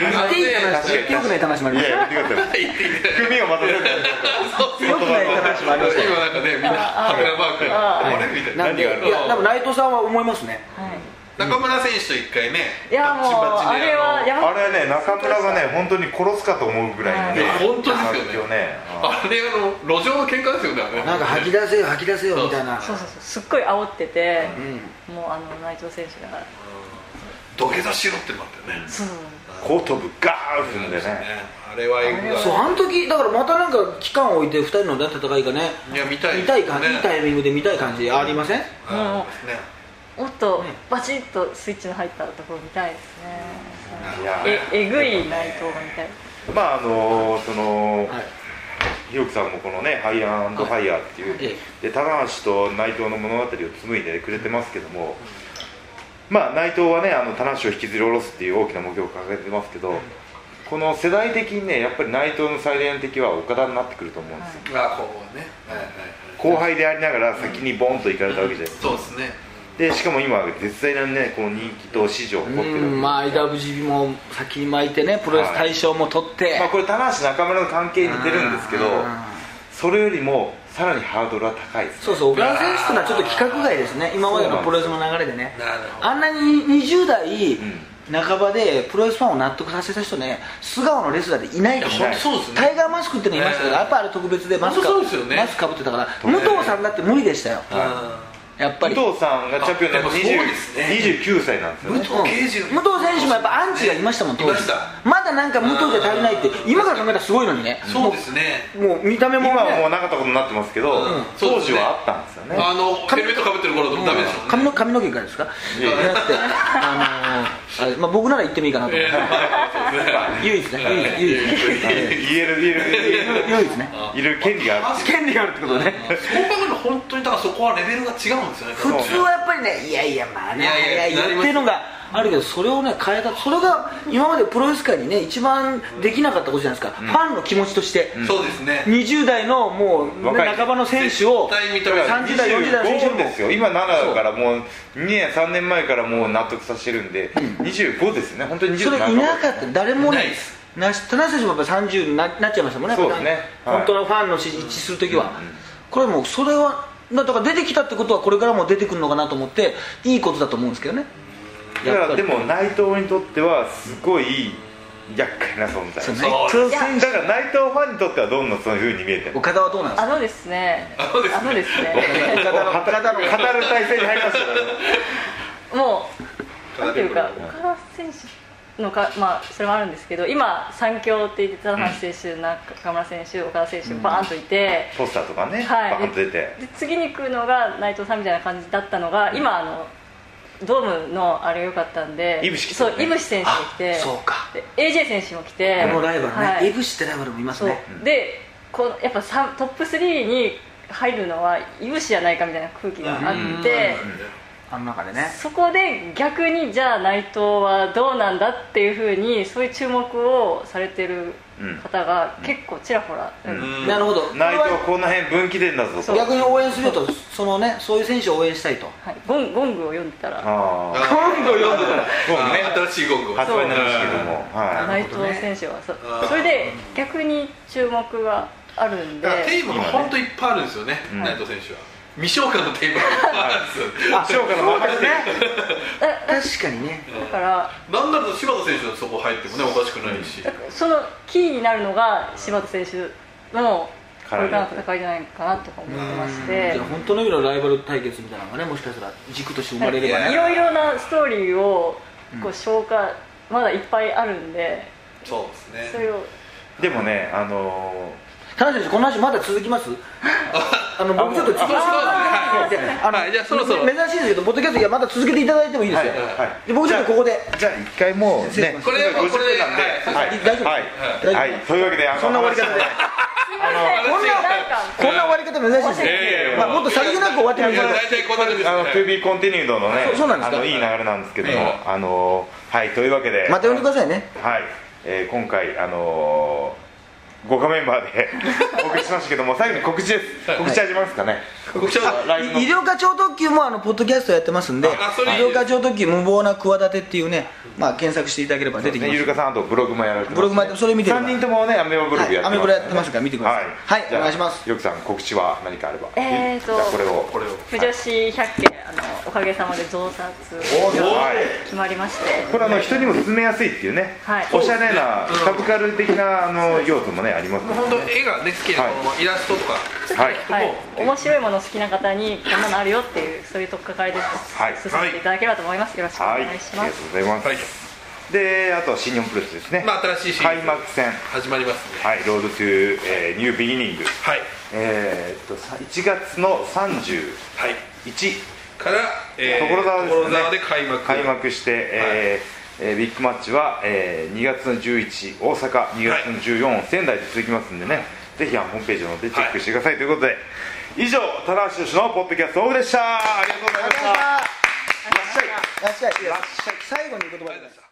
[SPEAKER 3] 言っていい話言ってよくない話もあり
[SPEAKER 1] い
[SPEAKER 3] ま
[SPEAKER 1] や
[SPEAKER 3] し
[SPEAKER 1] い
[SPEAKER 3] た
[SPEAKER 1] や見事組をまた出て
[SPEAKER 3] よくない話もありました
[SPEAKER 2] 今なんかねみんなカメラマーク
[SPEAKER 4] あー
[SPEAKER 2] あれみたいな
[SPEAKER 3] なんでい
[SPEAKER 1] 何がある
[SPEAKER 3] やでも内藤さんは思いますね
[SPEAKER 4] はい
[SPEAKER 2] 中村選手と一回ね
[SPEAKER 4] いやもう
[SPEAKER 2] バチバ
[SPEAKER 4] あ
[SPEAKER 2] チで
[SPEAKER 4] れはやば
[SPEAKER 1] あれはね中村がね本当に殺すかと思うぐらいのね
[SPEAKER 2] いや本当ですよね
[SPEAKER 1] あ
[SPEAKER 2] あれあの路上の喧嘩ですよねあれ
[SPEAKER 3] なんか吐き出せよ吐き出せよみたいな
[SPEAKER 4] そうそうそうすっごい煽ってて、
[SPEAKER 3] うん
[SPEAKER 4] もうあの内藤選手が
[SPEAKER 2] 土下座しろってなったよね
[SPEAKER 4] そうそう
[SPEAKER 1] こう飛ぶガーッ踏んでね
[SPEAKER 2] あれはエグ
[SPEAKER 3] そうあの時だからまたなんか期間を置いて2人のね戦いがね
[SPEAKER 2] いや見たい
[SPEAKER 3] 見たいかいいタ
[SPEAKER 2] い
[SPEAKER 3] イミングで見たい感じありません
[SPEAKER 2] も
[SPEAKER 4] そうもっとバチッとスイッチの入ったところ見たいですね、
[SPEAKER 1] いや
[SPEAKER 4] ええぐい内藤が見たい
[SPEAKER 1] まああのその
[SPEAKER 3] はい
[SPEAKER 1] ひろきさんもこのね「ハイアンドハイヤー」っていう、
[SPEAKER 3] はいえ
[SPEAKER 1] で棚橋と内藤の物語を紡いでくれてますけども、まあ内藤はねあの棚橋を引きずり下ろすっていう大きな目標を掲げてますけど、この世代的にねやっぱり内藤の最大の敵は岡田になってくると思うんですよ、
[SPEAKER 2] ねあこうねはいはい
[SPEAKER 1] 後輩でありながら先にボンと行かれたわけじゃないですか、
[SPEAKER 2] そうですね
[SPEAKER 1] でしかも今絶大なねこう人気と支持を
[SPEAKER 3] う
[SPEAKER 1] 誇ってるわけです
[SPEAKER 3] んまあ IWGP も先に巻いてねプロレス大賞も取って
[SPEAKER 1] まあこれ棚橋中村の関係に似てるんですけど
[SPEAKER 3] うん
[SPEAKER 1] それよりもさらにハードルは高いです
[SPEAKER 3] そうそう小川選手というのはちょっと規格外ですね今まで
[SPEAKER 1] そうなん
[SPEAKER 3] の
[SPEAKER 1] です
[SPEAKER 3] プロレスの流れでね
[SPEAKER 2] なるほど
[SPEAKER 3] あんなに20代
[SPEAKER 1] ん
[SPEAKER 3] 半ばでプロレスファンを納得させた人ね素顔のレスラーでいないでしょ
[SPEAKER 1] いや本当
[SPEAKER 2] そうですね
[SPEAKER 3] タイガーマスクってのいましたけど
[SPEAKER 2] ええ
[SPEAKER 3] やっぱあれ特別でマスク
[SPEAKER 2] 本当そうですよね
[SPEAKER 3] マスクかぶってたから武藤さんだって無理でしたよやっぱり
[SPEAKER 1] 武藤さんがチャンピオンになって
[SPEAKER 2] あでもそうですね
[SPEAKER 1] 20 29歳なんですよ
[SPEAKER 2] 武
[SPEAKER 1] ね
[SPEAKER 2] 藤敬司
[SPEAKER 3] 武藤選手もやっぱアンチがいましたもん
[SPEAKER 2] いました
[SPEAKER 3] まだなんか武藤じゃ足りないって今から考えたらすごいのにね
[SPEAKER 2] そうですね
[SPEAKER 3] もう見た目も
[SPEAKER 1] 今
[SPEAKER 3] ね
[SPEAKER 1] はもうなかったことになってますけど
[SPEAKER 2] うん
[SPEAKER 1] 当時はあったんですよね
[SPEAKER 2] あのヘルメットかぶってる頃でもダメでしょ
[SPEAKER 3] 髪の髪の毛からですか
[SPEAKER 1] いやいや
[SPEAKER 3] じゃなくてあのーあれまあ僕なら言ってもいいかなと思って唯一ね唯一唯一
[SPEAKER 1] 言える言える言える
[SPEAKER 3] 唯一ね
[SPEAKER 1] 言える権利があるっていう
[SPEAKER 3] 権利があるってことね
[SPEAKER 2] そう考えると本当にだからそこはレベルが違うんですよね
[SPEAKER 3] 普通はやっぱりねいやいやまあね
[SPEAKER 2] いやいや
[SPEAKER 3] いや言ってるのがあるけどそれをね変えたそれが今までプロレス界にね一番できなかったことじゃないですか、ファンの気持ちとして、
[SPEAKER 2] そうですね
[SPEAKER 3] 20代のもう、ね
[SPEAKER 1] 若い
[SPEAKER 3] 半ばの選手を
[SPEAKER 2] 絶対認めない
[SPEAKER 3] 30代40代の選
[SPEAKER 1] 25
[SPEAKER 3] 手
[SPEAKER 1] で
[SPEAKER 3] も
[SPEAKER 1] すよ今7だからもう2年3年前からもう納得させてるんで25ですね本当に
[SPEAKER 3] そ
[SPEAKER 1] 20
[SPEAKER 3] れ
[SPEAKER 1] 代
[SPEAKER 3] いなかった誰も
[SPEAKER 2] ない
[SPEAKER 3] ね
[SPEAKER 2] です
[SPEAKER 3] なし田中選手もやっぱ30にななっちゃいましたもんね
[SPEAKER 1] そうですね
[SPEAKER 3] やっぱ
[SPEAKER 1] はい
[SPEAKER 3] 本当のファンの支持一致するときは、これもうそれはだから出てきたってことはこれからも出てくるのかなと思っていいことだと思うんですけどね
[SPEAKER 1] だ
[SPEAKER 3] やっ
[SPEAKER 1] か
[SPEAKER 3] ぱ
[SPEAKER 1] らで
[SPEAKER 3] り
[SPEAKER 1] も内藤にとってはすごい厄介な存在
[SPEAKER 3] そう
[SPEAKER 1] だ
[SPEAKER 3] 内藤選手
[SPEAKER 1] から内藤ファンにとってはどんなそういうふうに見えてる
[SPEAKER 3] 岡田はどうなんです
[SPEAKER 4] あ
[SPEAKER 3] か
[SPEAKER 4] のですねあのですね
[SPEAKER 1] 語る語る体制に入りましたからね
[SPEAKER 4] もうなんていうか岡田選手のかまあそれもあるんですけど今三強って言ってた橋選手、中村選手岡田選手バーンといて、
[SPEAKER 1] ポスターとかね
[SPEAKER 4] はい
[SPEAKER 1] バーンと出て
[SPEAKER 4] で次に来るのが内藤さんみたいな感じだったのが、今あのドームのあれが良かったんで
[SPEAKER 1] いぶし来て
[SPEAKER 4] そ
[SPEAKER 1] る
[SPEAKER 4] う
[SPEAKER 1] ね
[SPEAKER 4] 井渕選手が来て
[SPEAKER 3] あそうか
[SPEAKER 4] で AJ 選手も来て
[SPEAKER 3] このライバルね、
[SPEAKER 4] はい
[SPEAKER 3] エグシってライバルもいます
[SPEAKER 4] そう
[SPEAKER 3] ね
[SPEAKER 4] でこのやっぱさトップ3に入るのは井渕じゃないかみたいな空気があって、
[SPEAKER 3] あの中でね
[SPEAKER 4] そこで逆にじゃあ内藤はどうなんだっていうふうにそういう注目をされてる方が結構ちらほら、
[SPEAKER 1] ん
[SPEAKER 2] うん
[SPEAKER 3] なるほど
[SPEAKER 1] 内藤はこの辺分岐点だぞ
[SPEAKER 4] そ
[SPEAKER 1] と
[SPEAKER 4] う
[SPEAKER 3] 逆に応援するよとそのねそういう選手を応援したいと
[SPEAKER 4] はい、ゴンゴングを読んでたら
[SPEAKER 1] ああ
[SPEAKER 2] 今度読んでたら
[SPEAKER 1] そうね
[SPEAKER 2] 新しいゴングを
[SPEAKER 1] 発売になりましたけどもは
[SPEAKER 4] 内藤選手はそう
[SPEAKER 2] あー
[SPEAKER 4] それで逆に注目があるんで
[SPEAKER 2] だからテーマが本当いっぱいあるんですよね、
[SPEAKER 1] うん
[SPEAKER 2] 内藤選手は。未消化のテーマがいっぱいあるんですよ。
[SPEAKER 1] あ塩からも
[SPEAKER 3] そうですね
[SPEAKER 4] だだ
[SPEAKER 3] 確かにね
[SPEAKER 4] だから
[SPEAKER 2] なんなら柴田選手のそこ入ってもね、おかしくないし。
[SPEAKER 4] だからそのキーになるのが柴田選手のこれからの戦いじゃないかなとか思ってまし
[SPEAKER 3] じ
[SPEAKER 4] て
[SPEAKER 3] ゃあ本当の意味のライバル対決みたいなのがねもしかしたら軸として生まれれば
[SPEAKER 2] い
[SPEAKER 4] い
[SPEAKER 3] ね
[SPEAKER 4] ろいろなストーリーをこう消化、まだいっぱいあるんで
[SPEAKER 2] そうですね。
[SPEAKER 4] そ れを
[SPEAKER 1] でもねあの
[SPEAKER 3] 田中選手この話まだ続きますあの僕ちょっと次
[SPEAKER 2] あ
[SPEAKER 3] いやいやあの
[SPEAKER 2] はいじゃあそろそろ
[SPEAKER 3] め珍しいですけどポッドキャストいやまだ続けていただいてもいいですよ、
[SPEAKER 1] はいはい
[SPEAKER 3] で僕ちょっとここで
[SPEAKER 1] じゃあ一回もうね
[SPEAKER 2] これはこれで
[SPEAKER 1] なんで
[SPEAKER 2] はい
[SPEAKER 1] はい
[SPEAKER 3] 大丈夫
[SPEAKER 1] はい
[SPEAKER 3] 大丈夫
[SPEAKER 1] はいというわけであの
[SPEAKER 3] そんな終わり方で
[SPEAKER 1] 話は
[SPEAKER 4] すいません
[SPEAKER 2] こんな
[SPEAKER 4] なんか
[SPEAKER 3] こんな終わり方珍しいですよ、
[SPEAKER 2] ええ
[SPEAKER 3] まあ、もっとさりげなく終わってもいい
[SPEAKER 2] い
[SPEAKER 3] け
[SPEAKER 2] や
[SPEAKER 3] ど
[SPEAKER 2] 大体こんな感じです
[SPEAKER 1] あ
[SPEAKER 2] よ
[SPEAKER 1] の
[SPEAKER 2] ね。
[SPEAKER 1] To be continued のね
[SPEAKER 3] そうそうなんです
[SPEAKER 1] あ
[SPEAKER 3] か
[SPEAKER 1] のいい流れなんですけども、
[SPEAKER 2] え
[SPEAKER 1] あのはいというわけで
[SPEAKER 3] また呼んでくださいね
[SPEAKER 1] はい、えー今回あのー豪華メンバーで お送りしましたけども最後に告知です、
[SPEAKER 2] はい
[SPEAKER 1] 告知始めますかね、
[SPEAKER 2] 告知は
[SPEAKER 1] ライブの
[SPEAKER 3] 医療課長特急もあのポッドキャストやってますんで医
[SPEAKER 2] あそれいいです
[SPEAKER 3] 療課長特急無謀な企てっていうね、まあ、検索していただければ出てきま
[SPEAKER 1] ね
[SPEAKER 3] す
[SPEAKER 1] ゆるかさんあとブログもやられてます
[SPEAKER 3] ブログもやってそれ見てれば
[SPEAKER 1] 3人ともねアメブログやってます、ね
[SPEAKER 3] はいアメブロやってますから見てくださいはい
[SPEAKER 1] じゃあ
[SPEAKER 3] お願いします
[SPEAKER 1] ゆるかさん告知は何かあれば
[SPEAKER 4] えーと
[SPEAKER 1] じゃあこれを
[SPEAKER 2] これを。
[SPEAKER 4] 不女子百景あのおかげさまで増刷
[SPEAKER 1] はい
[SPEAKER 4] 決まりまして
[SPEAKER 1] これあの人にも勧めやすいっていうね、
[SPEAKER 4] はい
[SPEAKER 1] おしゃれなサブカル的なあの要素もねあります
[SPEAKER 2] もう本当絵がね好きな
[SPEAKER 1] はい
[SPEAKER 2] このイラストとか。
[SPEAKER 1] はい
[SPEAKER 4] はい、面白いもの好きな方にこんなのあるよっていうそういうとっかかりで
[SPEAKER 1] い
[SPEAKER 4] 進めていただければと思います、よろしくお
[SPEAKER 1] は
[SPEAKER 4] 願
[SPEAKER 1] い、あり
[SPEAKER 4] いし
[SPEAKER 1] が
[SPEAKER 4] ま
[SPEAKER 1] と
[SPEAKER 4] す、
[SPEAKER 1] うございます、
[SPEAKER 2] はい
[SPEAKER 1] であとは新日本プロレスですね、
[SPEAKER 2] まあ新しいシリーズ
[SPEAKER 1] 開幕戦
[SPEAKER 2] 始まりますね。
[SPEAKER 1] はいロードトゥ、えーニュービギニング
[SPEAKER 2] はい
[SPEAKER 1] えーっとさ1月の31
[SPEAKER 2] はい。から、えー
[SPEAKER 1] 所沢ですね
[SPEAKER 2] 所沢で開幕。
[SPEAKER 1] 開幕して、えーえービッグマッチは、えー2月の11大阪2月の14、仙台で続きますんでねぜひあのホームページの方でチェックしてください、ということで以上棚橋宏のポッドキャストオフでしたありがとうございました
[SPEAKER 3] いらっしゃいいらっしゃい最後に言葉です